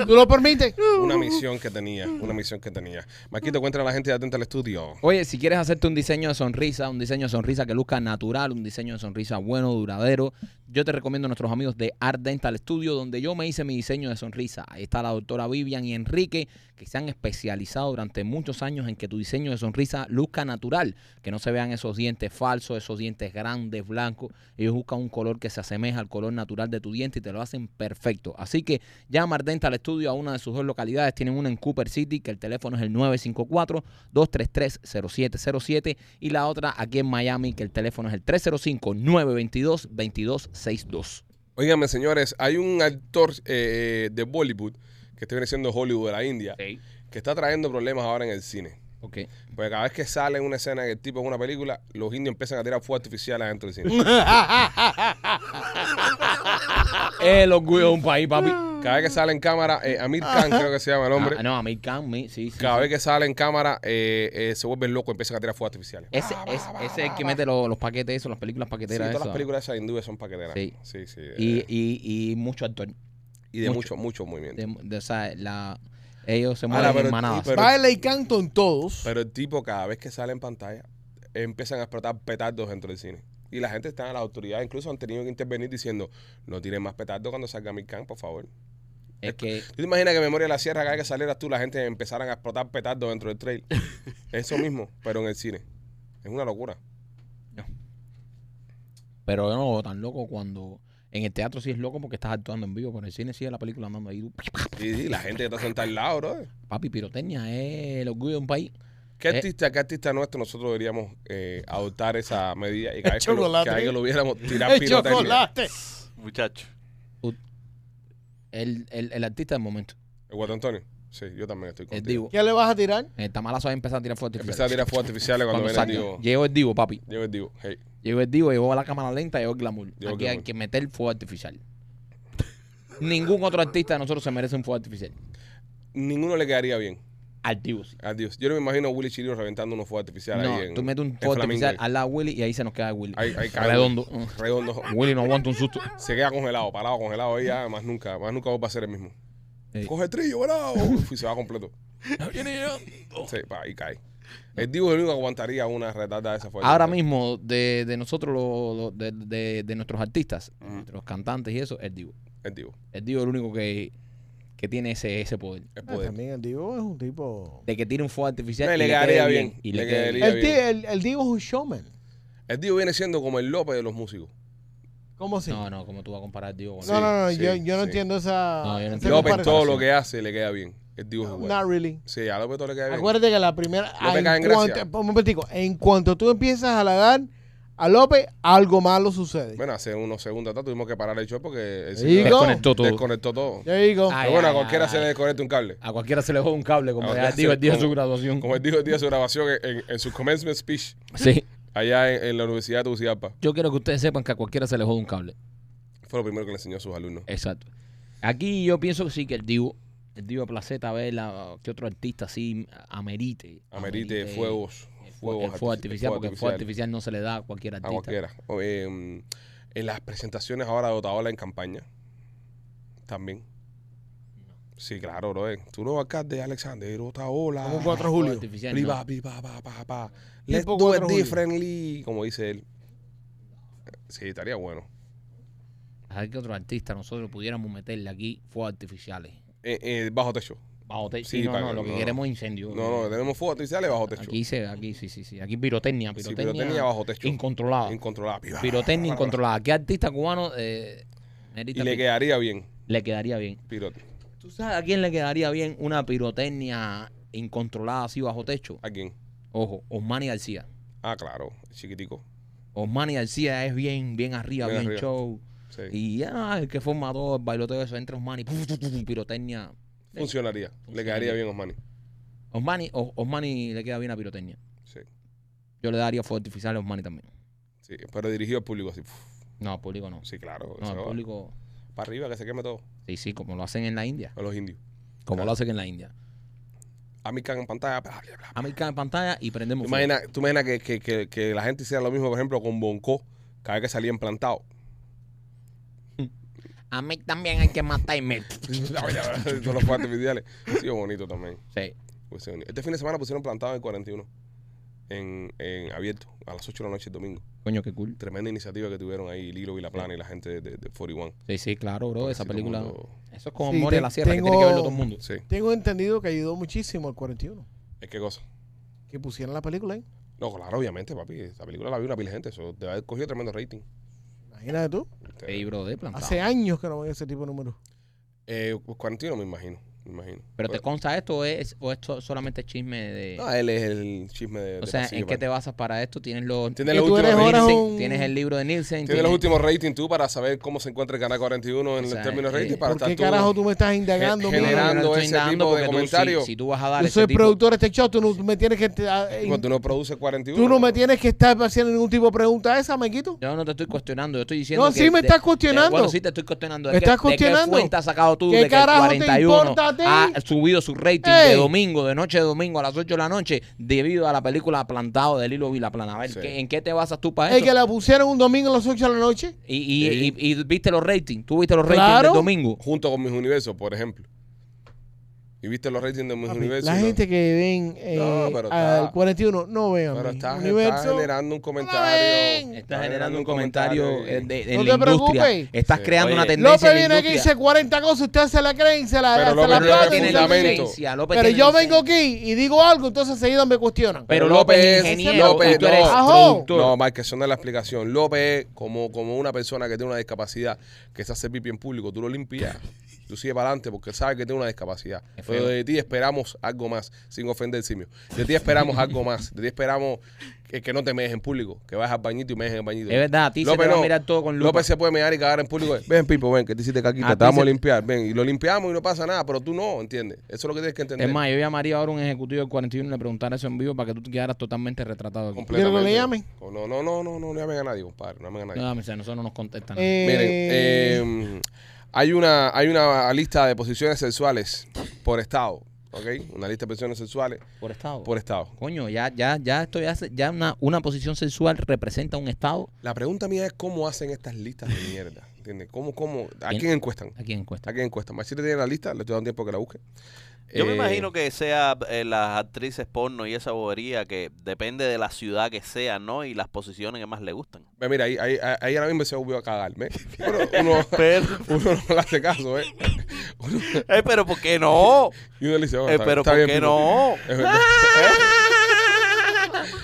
¿Tú lo permites?
Una misión que tenía, una misión que tenía. Maquito, cuéntale a la gente de atenta al estudio.
Oye, si quieres hacerte un diseño de sonrisa, un diseño de sonrisa que luzca natural, un diseño de sonrisa bueno, duradero, yo te recomiendo a nuestros amigos de Art Dental Studio, donde yo me hice mi diseño de sonrisa. Ahí está la doctora Vivian y Enrique, que se han especializado durante muchos años en que tu diseño de sonrisa luzca natural, que no se vean esos dientes falsos, esos dientes grandes, blancos. Ellos buscan un color que se asemeja al color natural de tu diente y te lo hacen perfecto. Así que llama a Art Dental Studio a una de sus dos localidades. Tienen una en Cooper City, que el teléfono es el 954 233-0707 y la otra aquí en Miami, que el teléfono es el 305-922-2262.
Óigame, señores, hay un actor eh, de Bollywood que está siendo Hollywood de la India que está trayendo problemas ahora en el cine.
Ok.
Porque cada vez que sale una escena que el tipo en una película, los indios empiezan a tirar fuegos artificiales adentro del cine.
El orgullo de Eh, un país, papi.
Cada vez que sale en cámara, eh, Amir Khan creo que se llama el Ah, hombre.
Ah, no, a mí, Can, me- sí, sí.
Cada
sí.
vez que sale en cámara, eh, eh, se vuelven locos, empiezan a tirar fuegos artificiales.
Ese, es, ese es el que mete lo- los paquetes, esos, las películas
Sí,
paqueteras.
todas
esas.
las películas esas hindúes son paqueteras.
Sí.
sí. sí,
Y,
eh,
y, y mucho actor.
y de mucho,
mucho.
mucho movimiento.
De, de- o sea, la, ellos se
Ahora,
mueven
pero-
en manadas.
pero-
Baila y canto en todos.
Pero el tipo, cada vez que sale en pantalla, empiezan a explotar petardos dentro del cine. Y la gente está, las autoridades incluso han tenido que intervenir diciendo, no tiren más petardos cuando salga mi Khan, por favor.
es que
¿Tú te imaginas que Memoria de la Sierra, cada vez que salieras tú, la gente empezaran a explotar petardos dentro del trail? Eso mismo, pero en el cine. Es una locura.
No. Pero no, tan loco cuando. En el teatro sí es loco porque estás actuando en vivo, pero en el cine sí es la película andando ahí. tú,
Y, y la gente que está sentada al lado, bro.
Papi, pirotecnia es el orgullo de un país.
¿Qué
Eh.
artista, qué artista nuestro nosotros deberíamos eh, adoptar esa medida y cada vez que lo,
chocolate.
cada vez que lo viéramos tirar
El
pirotecnia?
chocolate.
Muchacho.
El, el, el artista del momento.
El Guato Antonio. Sí, yo también estoy
El
contigo.
divo.
¿Qué le vas a tirar?
El tamalazo ahí empezó a tirar fuerte.
Empezar a tirar fuegos artificiales cuando,
Cuando
viene el
salga.
digo.
Llegó el divo, papi.
Llegó el digo. Hey.
Llegó el Divo, llegó a la cámara lenta, llegó el glamour.
Llegó el
Aquí hay
glamour.
que meter fuego artificial. Ningún otro artista de nosotros se merece un fuego artificial.
Ninguno le quedaría bien.
Al Divo sí.
Adiós. Yo no me imagino a Willy Chirino reventando unos fuegos artificiales
No,
ahí en
tú metes un
en
fuego
Flamingo
artificial
ahí.
al lado de Willy y ahí se nos queda Willy.
Ahí- ahí cae
Redondo.
Redondo.
Willy no aguanta un susto.
Se queda congelado, parado, congelado ahí ya, más nunca, más nunca va a ser el mismo.
Ey.
Coge el trillo, bravo. Uf, y se va completo. Sí, pa, ahí cae. El Divo es el único que aguantaría una retarda de esa fuerza.
Ahora mismo, de, de nosotros, los- los- de, de- de nuestros artistas, de nuestros cantantes y eso, el Divo.
El Divo.
El Divo es el único que, que tiene ese, ese poder.
Es
Ah,
poder.
también el Divo es un tipo.
De que tire un fuego artificial
No, y
y
le
le,
quedaría
quede bien.
bien,
Y
le
le quede
quedaría-
bien.
Digo
El, ti-
bien.
el- el Divo es un showman.
El Divo viene siendo como el López de los músicos.
¿Cómo así?
No, no, como tú vas a comparar al Divo con
No,
Sí,
no, no, yo,
sí,
yo no
sí.
entiendo esa.
No, yo no
esa
entiendo.
López
comparación.
todo lo que hace le queda bien. El Divo es
comparación.
igual.
Not really.
Sí, a López todo le queda bien.
Acuérdate que la primera.
No te
en
cae en
cuanto-
gracia.
un momentico, en cuanto tú empiezas a halagar a López, algo malo sucede.
Bueno, hace unos segundos atrás tuvimos que parar el show porque el
Digo.
señor
Desconectó todo.
desconectó todo.
Yo digo,
Ay,
Pero bueno, a
ay,
cualquiera
ay,
se le
ay.
desconecta un cable.
A cualquiera se le jode un cable, como
A
ya
cualquiera
digo
se-
el día de
como-
su graduación.
Como él dijo el día de su grabación en, en su commencement speech
Sí.
allá en, en la Universidad de Tegucigalpa.
Yo quiero que ustedes sepan que a cualquiera se le jode un cable.
Fue lo primero que le enseñó a sus alumnos.
Exacto. Aquí yo pienso que sí, que el Divo, el Divo de Placeta, a ver la- que otro artista así amerite.
Amerite, fuegos.
el fue-
fuegos
el fuego
artifici-
artificial,
fuego
porque el fuego artificial no se le da a cualquier
A
artista.
cualquiera. O, eh, en las presentaciones ahora de Otaola en campaña. También. Sí, claro, bro. eh. Tú no alcalde Alexander, Otaola.
como 4 de julio.
Artificial, no.
Bliba, bliba, ba, ba, ba. Let's do
Tipo
it
4 de julio.
differently. Como dice él. Sí, estaría bueno.
A ver que otro artista nosotros pudiéramos meterle aquí fuegos artificiales.
Eh, eh, bajo techo.
Bajo techo.
Sí,
Sí, no,
para-
no, lo que
no, no.
queremos es incendio.
No, no, tenemos fuegos artificiales bajo techo.
Aquí se, aquí sí, sí, sí. Aquí pirotecnia,
Sí,
pirotecnia.
pirotecnia bajo techo.
Incontrolada.
Incontrolada. Piba,
pirotecnia
ba, ba, ba.
incontrolada. ¿Qué artista cubano eh,
Y
merita
le
pi-
quedaría bien.
le quedaría bien?
Pirote.
¿Tú sabes a quién le quedaría bien una pirotecnia incontrolada así bajo techo?
¿A quién?
Ojo, Osmani García.
Ah, claro, chiquitico.
Osmani García es bien, bien arriba,
Bien
bien,
arriba.
show.
Sí.
Y ya, el que forma todo el bailoteo, eso entra Osmani, puf, puf, puf, pirotecnia.
Funcionaría. Le quedaría bien a Osmani.
Osmani, O- Osmani le queda bien a pirotecnia.
Sí.
Yo le daría fuego artificial a Osmani también.
sí. Pero dirigido al público así. uf,
No, al público no.
Sí, claro.
No,
se
al
va.
público.
Para arriba que se queme todo.
Sí, sí, como lo hacen en la India.
A los indios.
Como
Claro.
lo hacen en la India.
A mí caen en pantalla. Bla, bla, bla.
A mí cae en pantalla y prendemos
¿Tú
fuego.
imaginas, tú imaginas que, que- que- que la gente hiciera lo mismo, por ejemplo, con Bonco, cada vez que salía implantado?
A mí también hay que matarme.
Todos los fuegos artificiales. Sí, bonito también.
sí.
Hubiese venido. Este fin de semana pusieron plantado en 41. En, en abierto, a las 8 de la noche el domingo.
Coño, qué cool.
Tremenda iniciativa que tuvieron ahí Lilo y La Plana y la gente de, de- de 41.
Sí, sí, claro, bro. Esa
Pobrecito
película.
mundo.
Eso es como
Sí,
Moria
te-
de la Sierra,
tengo-
que tiene que verlo todo el mundo.
Sí.
Tengo entendido que ayudó muchísimo al 41.
¿Es qué cosa?
Que pusieran la película ahí.
No, claro, obviamente, papi. Esta película la vio una pila de gente. Eso debe haber cogido tremendo rating.
Imagínate tú.
Sí, bro, de plantado.
Hace años que no veo ese tipo de números.
Eh, pues, 41 me imagino. Me imagino.
Pero te consta esto o es, o esto solamente chisme de.
No, ah, él es el chisme de.
o sea, ¿en qué te basas para esto? Tienes los.
Tienes
que
los
tú
últimos
eres
ratings.
ahora
Nielsen,
un-
tienes el libro de Nielsen.
Tienes los últimos ratings tú para saber cómo se encuentra el canal 41 en
O sea,
los términos de
eh,
rating para
¿Por
estar
qué
tú.
carajo tú me estás indagando?
gen-
mira?
generando
generando
ese tipo de comentarios.
Si, si tú vas a dar
Yo
ese
soy
tipo-
productor de este show. Tú no me tienes que. te- a-
Cuando tú no produces 41.
Tú no me
bro.
tienes que estar haciendo ningún tipo de pregunta esa, me quito.
Yo no te estoy cuestionando, yo estoy diciendo.
No,
que
sí me
de-
estás
de-
cuestionando.
bueno, sí te estoy cuestionando. ¿De
Me
qué-
estás
¿De qué
cuestionando.
fuente has sacado tú
¿Qué
de que el
carajo te
41
importa a ti?
ha subido su rating de
Ey.
domingo, de noche de domingo a las 8 de la noche, debido a la película Plantado de Lilo Vilaplana? A ver,
Sí.
¿qué- ¿en qué te basas tú para
Es
eso?
que la pusieron un domingo a las 8 de la noche.
Y, y,
Sí.
y- y viste los ratings, tú viste los ratings
Claro.
del domingo.
Junto con mis universos, por ejemplo. Y viste los ratings de Miss
Papi,
Universo.
la
y no.
gente que ven eh,
No, pero
al
está-
41, no vean.
Pero
mi
está, está
Universo,
generando un
ven.
comentario.
Estás generando un comentario
ahí.
eh, de, de
No
la
te
industria.
preocupes.
Estás
Sí.
creando una
Oye,
tendencia en
López
la
viene aquí y
industria.
dice 40 cosas, ustedes se la creen, se la,
Pero
se
López
la
no
Pero López
aplauden.
tiene
fundamento.
licencia, López
Pero
tiene
yo vengo
licencia.
aquí y digo algo, entonces seguido me cuestionan.
Pero
Pero
López
López
es
es-
ingeniero,
López
y tú eres
no.
Ajo.
productor.
No, Mike, eso no es la explicación. López es como, como una persona que tiene una discapacidad, que se hace pipi en público, tú lo limpias. Tú sigues para adelante porque sabes que tiene una discapacidad.
Es feo.
Pero de ti esperamos algo más, sin ofender simio. De ti esperamos algo más. De ti esperamos que, que no te mejes en público, que vas al bañito y mejes en el bañito.
Es verdad, a ti se te va a mirar todo con lupa.
López se puede mirar y cagar en público. Ven, Pipo, ven, que te hiciste
A
caquita,
ti
te vamos
se
a
te-
limpiar. Ven, y lo limpiamos y no pasa nada, pero tú no, ¿entiendes? Eso es lo que tienes que entender.
Es más, yo llamaría ahora a un ejecutivo del 41 y le preguntara eso en vivo para que tú te quedaras totalmente retratado. Aquí.
Completamente. Oh,
¿Quiere que le llamen?
No, no, no, no, no, no llamen a nadie, compadre. No llamen a nadie.
No, o sea, nosotros no nos contestan. nada.
Eh,
Miren, eh, hay, una, hay una lista de posiciones sexuales por estado, ¿ok? Una lista de posiciones sexuales
por estado.
por estado.
Coño, ya, ya, ya esto ya, se- ya una, una posición sexual representa un estado.
La pregunta mía es cómo hacen estas listas de mierda, ¿entiendes? ¿Cómo, cómo, ¿A
Bien.
quién encuestan?
Aquí en encuesta.
¿A quién encuestan? Machete tiene la lista, le estoy dando tiempo que la busque.
Yo me
Eh,
imagino que sea eh, las actrices porno y esa bobería que depende de la ciudad que sea, ¿no? Y las posiciones que más le gustan.
ve, Mira, ahí, ahí, ahí ahora mismo se volvió a cagarme. uno,
Pero,
uno no le hace caso, ¿eh?
eh, pero ¿por qué no?
Y uno le dice, oh,
Eh,
está-
pero
está
¿por
bien,
qué
Pipo.
no?
Es verdad.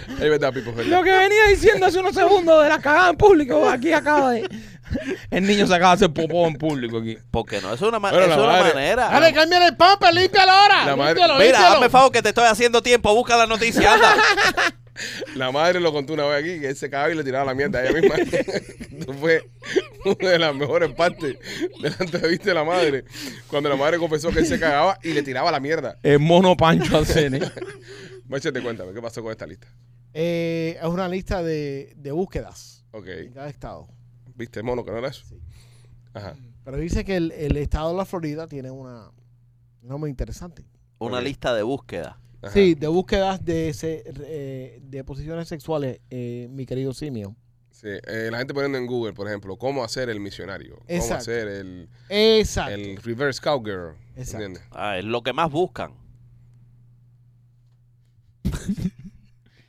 es verdad, Pipo, es verdad.
Lo que venía diciendo hace unos segundos de la cagada en público, aquí acaba de. El niño se acaba de hacer popó en público aquí.
Porque no, es una, ma-
Bueno,
es
la
una
madre-
manera.
Dale, cámbiale el pamper, límpialo ahora.
La madre-
límpialo,
Mira,
límpialo.
hazme favor que te estoy haciendo tiempo, busca la noticia, anda.
La madre lo contó una vez aquí, que él se cagaba y le tiraba la mierda a ella misma. Esto fue una de las mejores partes de la entrevista de la madre. Cuando la madre confesó que él se cagaba y le tiraba la mierda.
El mono Pancho Acene.
Machete, cuéntame, ¿qué pasó con esta lista?
Eh, es una lista de, de búsquedas
Ok,
en cada estado.
viste, mono, que no era eso. Ajá.
Pero dice que el, el estado de la Florida tiene una una muy interesante.
Una
Ok.
lista de búsqueda.
ajá.
Sí, de búsquedas de, se- eh, de posiciones sexuales, eh, mi querido Simio.
Sí, eh, la gente poniendo en Google, por ejemplo, cómo hacer el misionario, cómo
Exacto.
hacer el,
Exacto.
el reverse cowgirl.
Exacto.
¿Entiendes?
Ah, es lo que más buscan.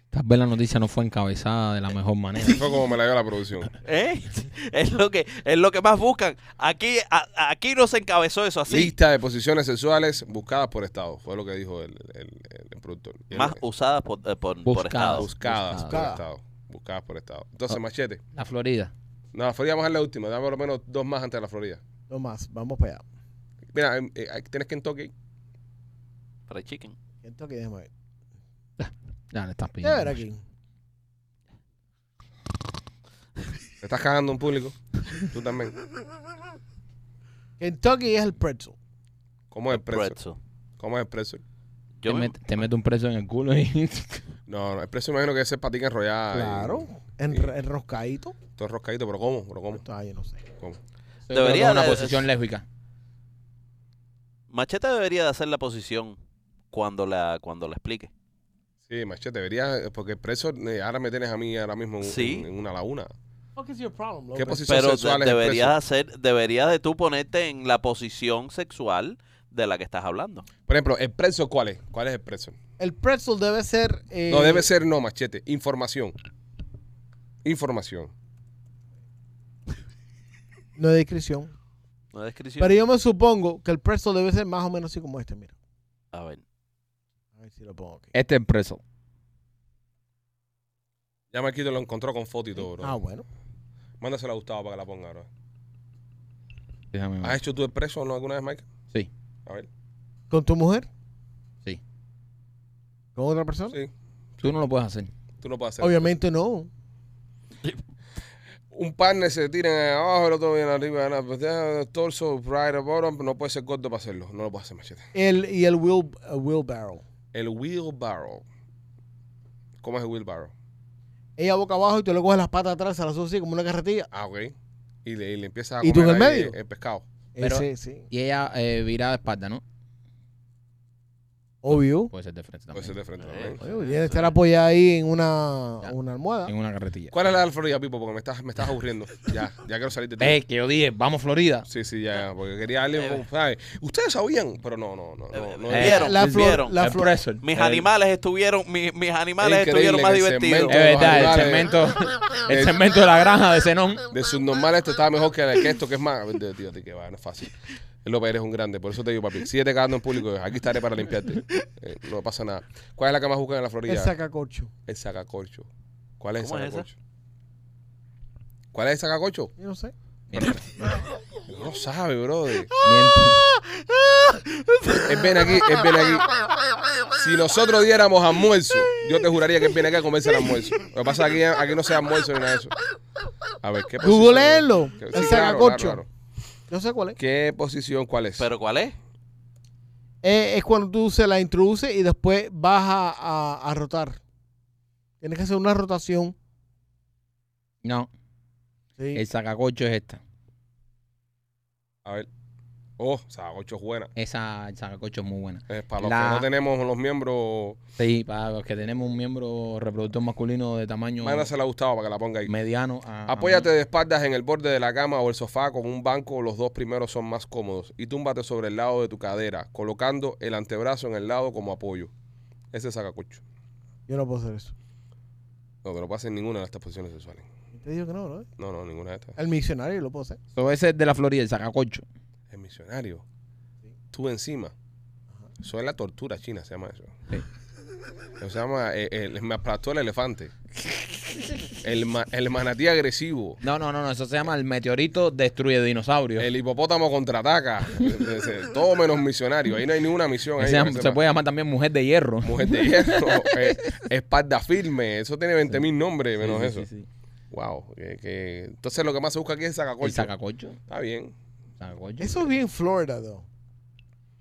Tal vez la noticia no fue encabezada de la mejor manera.
Fue como me la dio la producción.
¿Eh? Es lo que, es lo que más buscan. Aquí, a- aquí no se encabezó eso así.
Lista de posiciones sexuales buscadas por estado. Fue lo que dijo el, el- el productor. Y él-
Más usadas por, eh, por, por
Buscadas.
estados.
Buscadas
Buscadas.
por estado. Buscadas por estado. Entonces,
Ah.
machete.
La Florida.
No, la Florida vamos a dejar la última. Dame por lo menos dos más antes de la Florida.
No más, vamos para allá.
Mira, eh, eh, tienes Kentucky.
Fried chicken.
Kentucky, déjame ver.
Ya le estás
Déjame ver
pidiendo.
aquí.
Te estás cagando en público. Tú también.
Kentucky es el pretzel.
¿Cómo es el preso?
Pretzel.
¿Cómo es el preso?
Yo
te,
me-
met- te mete un preso en el culo y.
No, no, el preso imagino que es patica enrollada. y
Claro. En,
Sí.
enroscadito.
todo roscadito, pero ¿cómo? ¿Pero cómo?
Ah, yo no sé.
¿Cómo?
Yo creo que
Debería
es una
de-
posición lésbica.
Machete debería de hacer la posición cuando la, cuando la explique.
Sí, machete, debería. Porque el preso, eh, ahora me tienes a mí ahora mismo en,
Sí.
en- en una laguna.
What is your problem,
¿Qué posición
Pero
sexual
de-
es el
deberías
preso?
hacer, deberías de tú ponerte en la posición sexual de la que estás hablando.
Por ejemplo, ¿el preso cuál es? ¿Cuál es el preso?
El pretzel debe ser. eh,
No, debe ser no, machete. Información. Información.
No hay descripción.
¿No hay descripción?
Pero yo me supongo que el pretzel debe ser más o menos así como este, mira.
A ver.
A ver si lo pongo aquí.
Este es el preso.
Ya Marquito lo encontró con foto y todo, bro.
Ah, bueno.
Mándasela a Gustavo para que la ponga, bro.
Déjame ver.
¿Has hecho tú el preso no alguna vez, Mike?
Sí.
A ver.
¿Con tu mujer?
Sí.
¿Con otra persona?
Sí.
Tú no lo puedes hacer.
Tú no puedes hacer.
Obviamente no.
Un partner se tira abajo, el otro viene arriba. no, pues, eh, Torso, right, bottom. No puede ser corto para hacerlo. No lo puede hacer, machete.
El, y el wheel, el wheelbarrow.
El wheelbarrow. ¿Cómo es el wheelbarrow?
Ella boca abajo y tú le coges las patas atrás, se las así como una carretilla.
Ah, ok. Y le, y le empiezas a
¿Y tú en el
ahí
medio?
el pescado.
Pero-
Ese, sí.
Y ella eh, virada de espalda, ¿no?
Obvio.
Puede ser de frente
Puede
también.
ser de frente
Eh.
también.
Obvio, tiene que estar apoyada ahí en una,
Ya.
una almohada.
En una carretilla.
¿Cuál es la de Florida, Pipo? Porque me estás, me estás aburriendo. Ya, ya quiero salir de ti.
Eh, que yo dije, vamos Florida.
Sí, sí, ya, ya, porque quería darle.
Eh.
¿sabes? Ustedes sabían, pero no, no, no. no, no
Eh, Vieron,
la flor-
vieron.
la
El
flor-
presser.
Mis
El-
animales estuvieron, mi- mis animales
Eh, Increíble
estuvieron más
que se
Eh,
divertidos.
Es
inventen-
verdad, el
Los
cemento, el
Eh.
cemento de la granja de Zenón.
De subnormal esto estaba mejor que, que esto, que es más. Tío, tío, tío, que va, no es fácil. López, eres un grande, por eso te digo, papi. Síguete cagando en público, aquí estaré para limpiarte. Eh, no pasa nada. ¿Cuál es la que más buscan en la Florida?
El sacacorcho.
El sacacorcho. ¿Cuál es el
¿Cómo es esa?
sacacorcho? ¿Cuál es el sacacorcho?
Yo no sé.
No sabe, brother.
Mientras-
Él viene aquí, él viene aquí. Si nosotros diéramos almuerzo, yo te juraría que él viene aquí a comerse el almuerzo. Lo que pasa es que aquí, aquí no se da almuerzo ni nada de eso. A ver, ¿qué posición?
Googleelo.
¿Qué-
El
Pues claro,
sacacorcho.
claro, claro.
Yo sé cuál es.
¿Qué posición cuál es?
¿Pero cuál es?
Eh, es cuando tú se la introduces y después vas a, a- a rotar. Tienes que hacer una rotación.
No,
Sí.
el sacacocho es esta.
A ver. Oh, sacacorcho es buena.
Esa, el sacacocho es muy buena.
Es para los
La-
que no tenemos los miembros,
Sí, para los que tenemos un miembro reproductor masculino de tamaño
mándasela a Gustavo para que la ponga ahí.
mediano. ah, a-
Apóyate
a-
de espaldas en el borde de la cama o el sofá con un banco, los dos primeros son más cómodos. Y túmbate sobre el lado de tu cadera, colocando el antebrazo en el lado como apoyo. Ese es sacacorcho.
Yo no puedo hacer eso.
No, que no pasa en ninguna de estas posiciones sexuales.
Te digo que no, ¿no?
No, no, ninguna de estas.
El misionario lo puedo hacer.
So, ese es de la Florida, el sacacocho.
El misionario. Tú encima. Eso es la tortura china, se llama eso.
Sí.
Eso se llama, eh, el, me aplastó el elefante. El, ma- el manatí agresivo.
No, no, no, no, eso se llama el meteorito destruye dinosaurios.
El hipopótamo contraataca. Ese- Todo menos misionario. Ahí no hay ninguna misión. ahí,
Ese
que
se
sepa.
puede llamar también mujer de hierro.
Mujer de hierro, eh, espalda firme. Eso tiene 20.000 mil nombres, menos
Sí, sí,
eso.
sí, sí.
Wow. que- que- Entonces lo que más se busca aquí es el sacacorcho.
El sacacocho.
Está bien.
sacacocho.
Eso es bien Florida, though.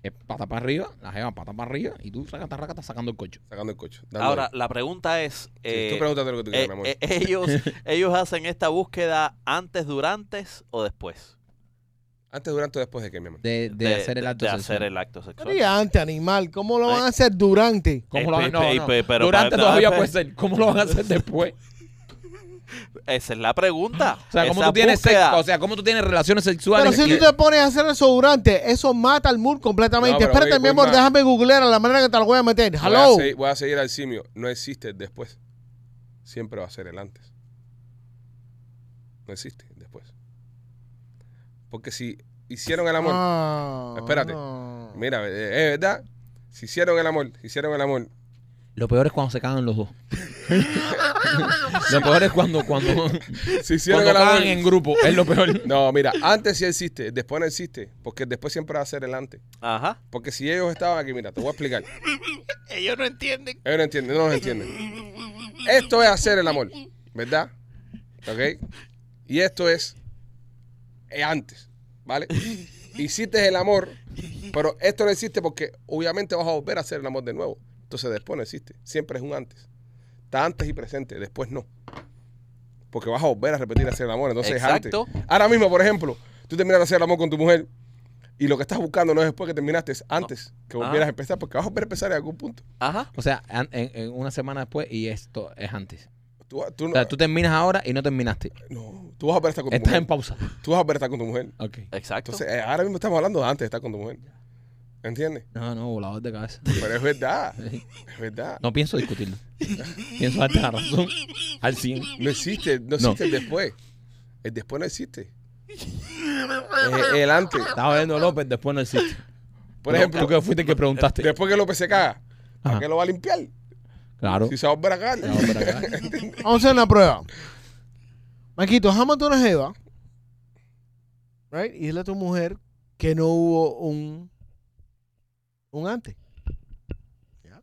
Es pata para arriba, la jeva pata para arriba y tú sacas tarraca, estás sacando el cocho.
Sacando el coche. dándole.
Ahora, la pregunta es...
Sí,
eh,
tú pregúntate lo que tú quieras,
eh,
mi amor.
eh, ellos, ellos hacen esta búsqueda antes, durante o después
Antes, durante o después de qué, mi amor.
De, de hacer el acto
de
sexual.
hacer el acto sexual.
Haría antes, animal. ¿Cómo lo
Ay.
van a hacer durante?
¿Cómo
Eh,
lo van
pe-
no,
pe-
no.
pe- pero
Durante
para-
todavía
pe-
puede ser. ¿Cómo lo van a hacer después?
Esa es la pregunta.
O sea, ¿cómo
Esa
tú tienes
búsqueda-
sexo? O sea, ¿cómo tú tienes relaciones
Pero
sexuales? Eh,
si tú
y-
te pones a hacer eso durante, eso mata al mood completamente.
No, pero
Espérate,
voy-
mi
voy
amor,
más.
déjame googlear a la manera que te lo voy a meter.
Voy a
Hello.
segui- Voy a seguir al simio. No existe el después. Siempre va a ser el antes. No existe el después. Porque si hicieron el amor.
Ah,
Espérate.
no.
Mira, eh, es verdad. Si hicieron el amor, si hicieron el amor.
Lo peor es cuando se cagan los dos. lo peor es cuando, cuando, cuando
Si hicieron el amor.
cagan en grupo. Es lo peor.
No, mira, antes sí existe, después no existe. Porque el después siempre va a ser el antes.
Ajá.
Porque si ellos estaban aquí, mira, te voy a explicar.
Ellos no entienden.
Ellos no entienden, no nos entienden. Esto es hacer el amor, ¿verdad? ¿Ok? Y esto es eh, antes, ¿vale? Hiciste el amor, pero esto no existe porque obviamente vas a volver a hacer el amor de nuevo. Entonces después no existe, siempre es un antes. Está antes y presente, después no. Porque vas a volver a repetir hacer el amor, entonces
Exacto.
es antes. Ahora mismo, por ejemplo, tú terminas de hacer el amor con tu mujer y lo que estás buscando no es después que terminaste, es antes que volvieras
Ah.
a empezar, porque vas a volver a empezar en algún punto.
Ajá.
O sea, an- en, en una semana después y esto es antes.
Tú, tú
O
no- eh,
sea, tú terminas ahora y no terminaste.
No, tú vas a volver a estar con tu
Estás
mujer.
en pausa.
Tú vas a volver a estar con tu mujer.
Ok.
Exacto.
Entonces, eh, ahora mismo estamos hablando de antes de estar con tu mujer. ¿Entiendes?
No, no, volador de cabeza.
Pero es verdad. Es verdad.
No pienso discutirlo. pienso darte la razón al 100.
No existe, no
No.
existe el después. El después no existe.
Ah.
Es el antes.
Eh, Estaba viendo López, después no existe.
Por
No,
ejemplo,
tú que Ah. fuiste el que preguntaste.
después que López se caga, ¿para
Ajá.
qué lo va a limpiar?
Claro.
Si se va a volver a cagar.
Estaba por acá.
Vamos a hacer una prueba. Maquito, jamás una jeva. Right? Y dile a tu mujer que no hubo un. Un antes.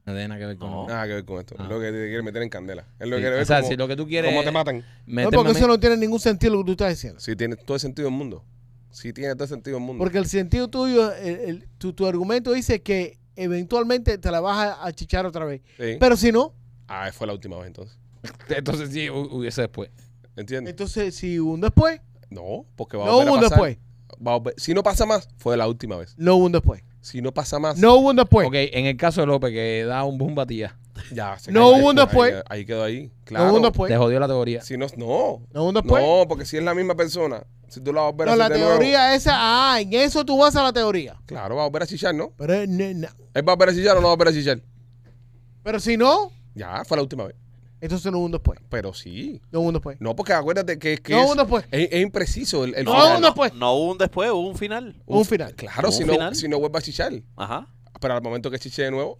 No tiene nada que ver con
No.
eso.
Nada que ver con esto.
Ah.
Es lo que te quiere meter en candela. Es lo que
Sí,
quiere ver
O sea,
cómo,
si lo que tú quieres
cómo
es
te matan.
No,
meterme
porque
a
eso
mí-
no tiene ningún sentido lo que tú estás diciendo.
Si tiene todo el sentido del mundo. Si tiene todo el sentido del mundo.
Porque el sentido tuyo, el- el- tu, tu argumento dice que eventualmente te la vas a, a chichar otra vez.
Sí.
Pero si no,
Ah, fue la última vez entonces.
Entonces sí, hu- hubiese después.
¿Entiendes?
entonces si hubo un después,
No, porque va a
no
volver
hubo
a
un
pasar.
después.
va a volver- Si no pasa más, fue la última vez.
No hubo un después.
Si no pasa más,
No hubo un después.
Ok, en el caso de López, que da un boom batía,
ya se
No
cayó
hubo un
ahí,
después.
Ahí, ahí quedó ahí. Claro.
No hubo un después.
te jodió la teoría.
Si no, no.
No hubo un después.
No, porque si es la misma persona, si tú la vas a volver a
No, la
hacer de nuevo-
teoría esa, ah, en eso tú vas a la teoría.
Claro, va a volver a chichar, ¿no?
Pero, eh, no, no.
Él va a volver a chichar o no va a volver a chichar.
pero si no,
Ya, fue la última vez.
entonces no hubo un después.
Pero sí.
No hubo un después.
No, porque acuérdate que, que
No
es,
hubo un después.
es, es impreciso el, el
No
final.
hubo un después.
No hubo un después, hubo un final.
Hubo un final.
Claro,
¿Hubo
si
un
no,
final?
si no vuelve a chichar.
Ajá.
Pero al momento que chiche de nuevo,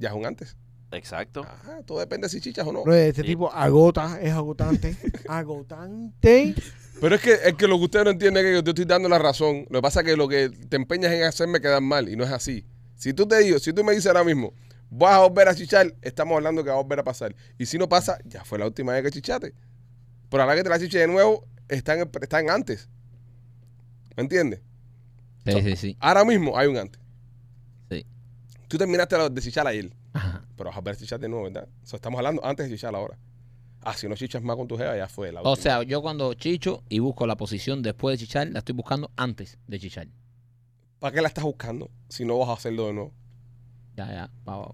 ya es un antes.
Exacto.
Ajá, todo depende si chichas o no.
No, este
Sí.
tipo agota, es agotante. agotante.
Pero es que, es que lo que usted no entiende es que yo te estoy dando la razón. Lo que pasa es que lo que te empeñas en hacerme quedar mal y no es así. Si tú te digo, si tú me dices ahora mismo, vas a volver a chichar, estamos hablando que va a volver a pasar. Y si no pasa, ya fue la última vez que chichaste. Pero ahora que te la chiche de nuevo, están, están antes. ¿Me entiendes?
Sí, sí, sí.
Ahora mismo hay un antes.
Sí.
Tú terminaste de chichar ayer,
Ajá.
pero vas a volver a chichar de nuevo, ¿verdad? O sea, estamos hablando antes de chichar ahora. Ah, si no chichas más con tu jeva, ya fue la última.
O sea, yo cuando chicho y busco la posición después de chichar, la estoy buscando antes de chichar.
¿para qué la estás buscando si no vas a hacerlo de nuevo?
Ya, ya, va, va.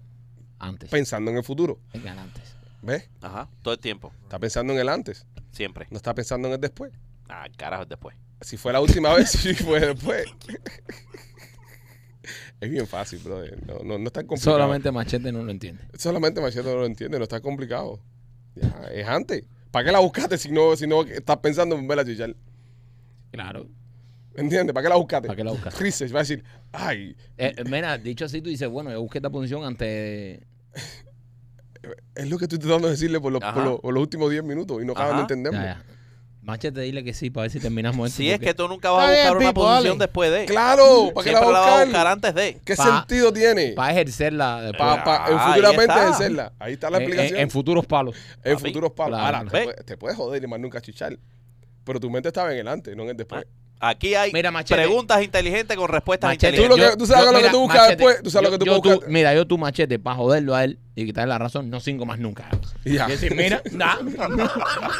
Antes.
pensando en el futuro.
Venga, antes.
¿Ves?
Ajá. Todo el tiempo.
Está pensando en el antes,
Siempre.
no está pensando en el después.
Ah, carajo, el después.
Si fue la última vez, sí fue después. es bien fácil, brother. No, no, no es tan complicado.
Solamente Machete no lo entiende.
Solamente Machete no lo entiende, no está complicado. Ya, es antes. ¿Para qué la buscaste si no, si no estás pensando en verla chichar?
Claro.
¿Entiendes? ¿Para qué la buscaste?
¿Para qué la buscas?
Research va a decir, ay,
Eh, eh, mira, dicho así, tú dices, bueno, yo busqué esta posición antes. de-
es lo que estoy tratando de decirle por los, por
Ajá.
los, por los últimos 10 minutos y no acaban de
Ajá.
Ya,
entenderme.
ya. Machete, dile que sí, para ver si terminamos esto.
Si es
porque-
que tú nunca vas a
Está bien,
buscar una
Pipo,
posición
dale.
después de.
Claro, ¿para qué la
Siempre la vas a buscar ¿ah?
buscar?
antes de.
¿Qué
Pa-
sentido tiene?
Para ejercerla después.
Pa, pa, en
Ah, ahí
futuramente
está.
ejercerla. Ahí está la
En- en,
explicación.
en futuros palos.
En
Papi,
futuros palos.
claro.
Ahora, te,
Ve.
puede- te puedes joder y más nunca chichar. Pero tu mente estaba en el antes, no en el después.
Ah,
Aquí hay
Mira, Machete.
preguntas inteligentes con respuestas
Machete,
Tú lo
inteligentes.
que- tú sabes lo que tú buscas
Machete,
después, tú sabes lo que tú
yo
buscas.
Mira, yo tu machete, para joderlo a él y quitarle la razón, no cinco más nunca.
Y ya.
Y decir, mira, nah, no,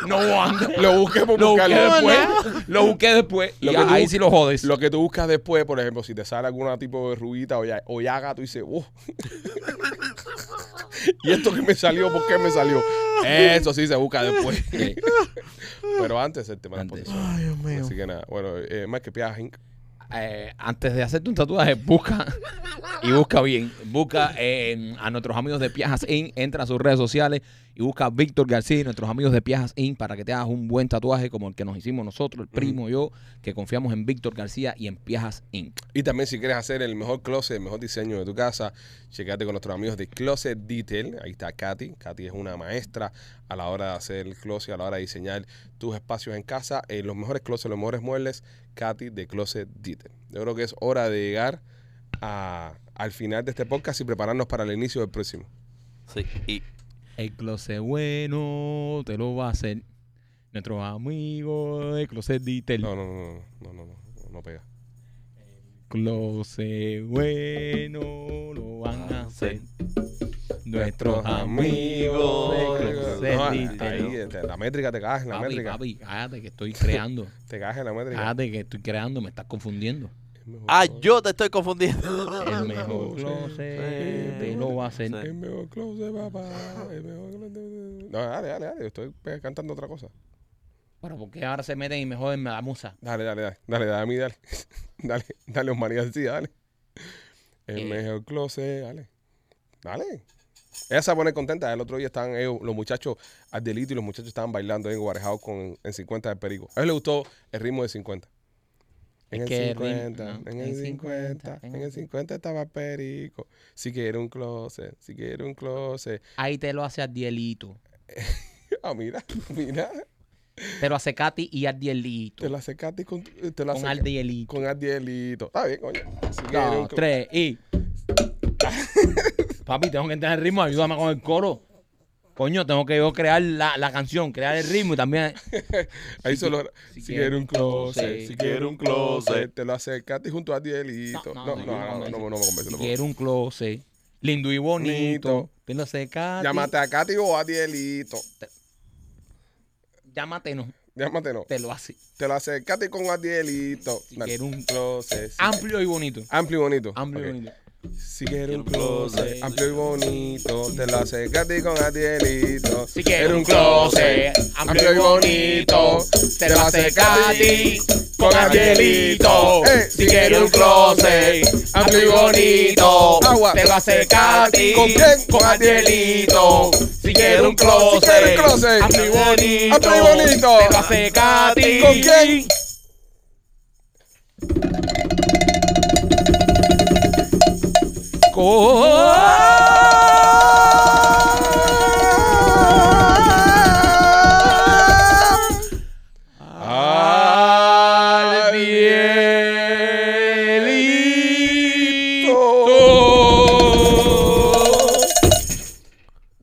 no hubo antes.
Lo busqué por
Lo busqué
buscarlo.
después. Lo busqué después.
Lo
y
que tú
ahí
bus-
sí lo jodes.
Lo que tú buscas después, por ejemplo, si te sale alguna tipo de rubita o, ya, o llaga, tú dices, "Oh". ¿Y esto que me salió? ¿Por qué me salió? Eso sí se busca después.
Sí.
Pero antes el tema de la
Antes.
posición.
Ay, Dios mío.
Así que nada, bueno, eh, más que piajen.
Eh, antes de hacerte un tatuaje, busca y busca bien. Busca eh, a nuestros amigos de Piajas Inc. Entra a sus redes sociales y busca a Víctor García y nuestros amigos de Piajas Inc. para que te hagas un buen tatuaje como el que nos hicimos nosotros, el primo, yo, que confiamos en Víctor García y en Piajas Inc.
Y también si quieres hacer el mejor closet, el mejor diseño de tu casa, checate con nuestros amigos de Closet Detail. Ahí está Katy. Katy es una maestra a la hora de hacer el closet, a la hora de diseñar tus espacios en casa. Eh, los mejores closets, los mejores muebles, Katy de Closet Detail. Yo creo que es hora de llegar a- al final de este podcast y prepararnos para el inicio del próximo.
Sí. Y
El closet bueno te lo va a hacer nuestros amigos de Closet Detail.
No, no, no, no, no, no, no, no pega.
Closet bueno lo van a hacer nuestros amigos de Closet
No, ahí,
Detail.
eh, te- la métrica te cagas en la
Papi,
métrica.
papi, Ah. cállate que estoy creando.
Te cagas en la métrica.
Cállate que estoy creando, me estás confundiendo.
Es mejor
Ah,
closet.
yo te estoy confundiendo.
El mejor closet te lo va a hacer.
El mejor close de papá. El mejor close de... No, dale, dale, dale. Estoy pe- cantando otra cosa.
Bueno, porque ahora se meten y me joden la musa.
Dale, dale, dale. Dale, dale a mí, dale. Dale, dale, Osmar García, dale. El
Eh.
mejor close, dale. Dale. Ella se va a poner contenta. El otro día estaban ellos, los muchachos al delito y los muchachos estaban bailando en Guarejao con en 50 de Perico. A ellos les gustó el ritmo de 50. En
Es
el
que el ritmo,
50,
¿no?
en el 50, en el 50 estaba Perico. Si quiere un closet, si quiere un closet.
Ahí te lo hace Ardielito.
Ah, mira, mira.
Te lo hace Katy y Ardielito.
Te la secaste con, eh, te la
Con
seca-
Ardielito.
con Ardielito. Está bien, coño. Si quieres un
Dos,
co-
tres y. Papi, tengo que entrar en el ritmo, ayúdame con el coro. Coño, tengo que yo crear la, la canción, crear el ritmo y también.
Ahí solo. Si,
si
quiere
quiere
un
un
closet,
closet,
si quiere un closet, te lo acercaste junto a Dielito. No,
No,
no,
no,
no, no,
no,
no, no,
no,
no me convence.
Si
no me
quiero un closet, lindo y bonito.
Bonito.
Te lo
convence.
hace Katy.
Llámate a Katy o a Dielito.
Llámate, no.
Llámate no.
Te lo hace
Te lo acercaste con Adielito.
Si quiere un
closet.
amplio y bonito.
Amplio y bonito.
Amplio
Ok.
y bonito.
Si quieres
Quiero
un
un
closet
closet.
amplio y bonito, te lo acercaste con Adielito. quieres
Si quieres un closet amplio y bonito, te lo hace Katy con Arielito.
Eh,
Si quieres un closet amplio y bonito,
Agua.
te lo hace Katy
¿Con quién?
con Arielito. Si quieres un closet,
Si quieres un closet,
amplio y bonito,
amplio y bonito.
te lo hace Katy
¿Con quién?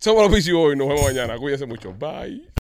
Somos los Beastie Boys. Nos vemos mañana. Cuídense mucho. Bye.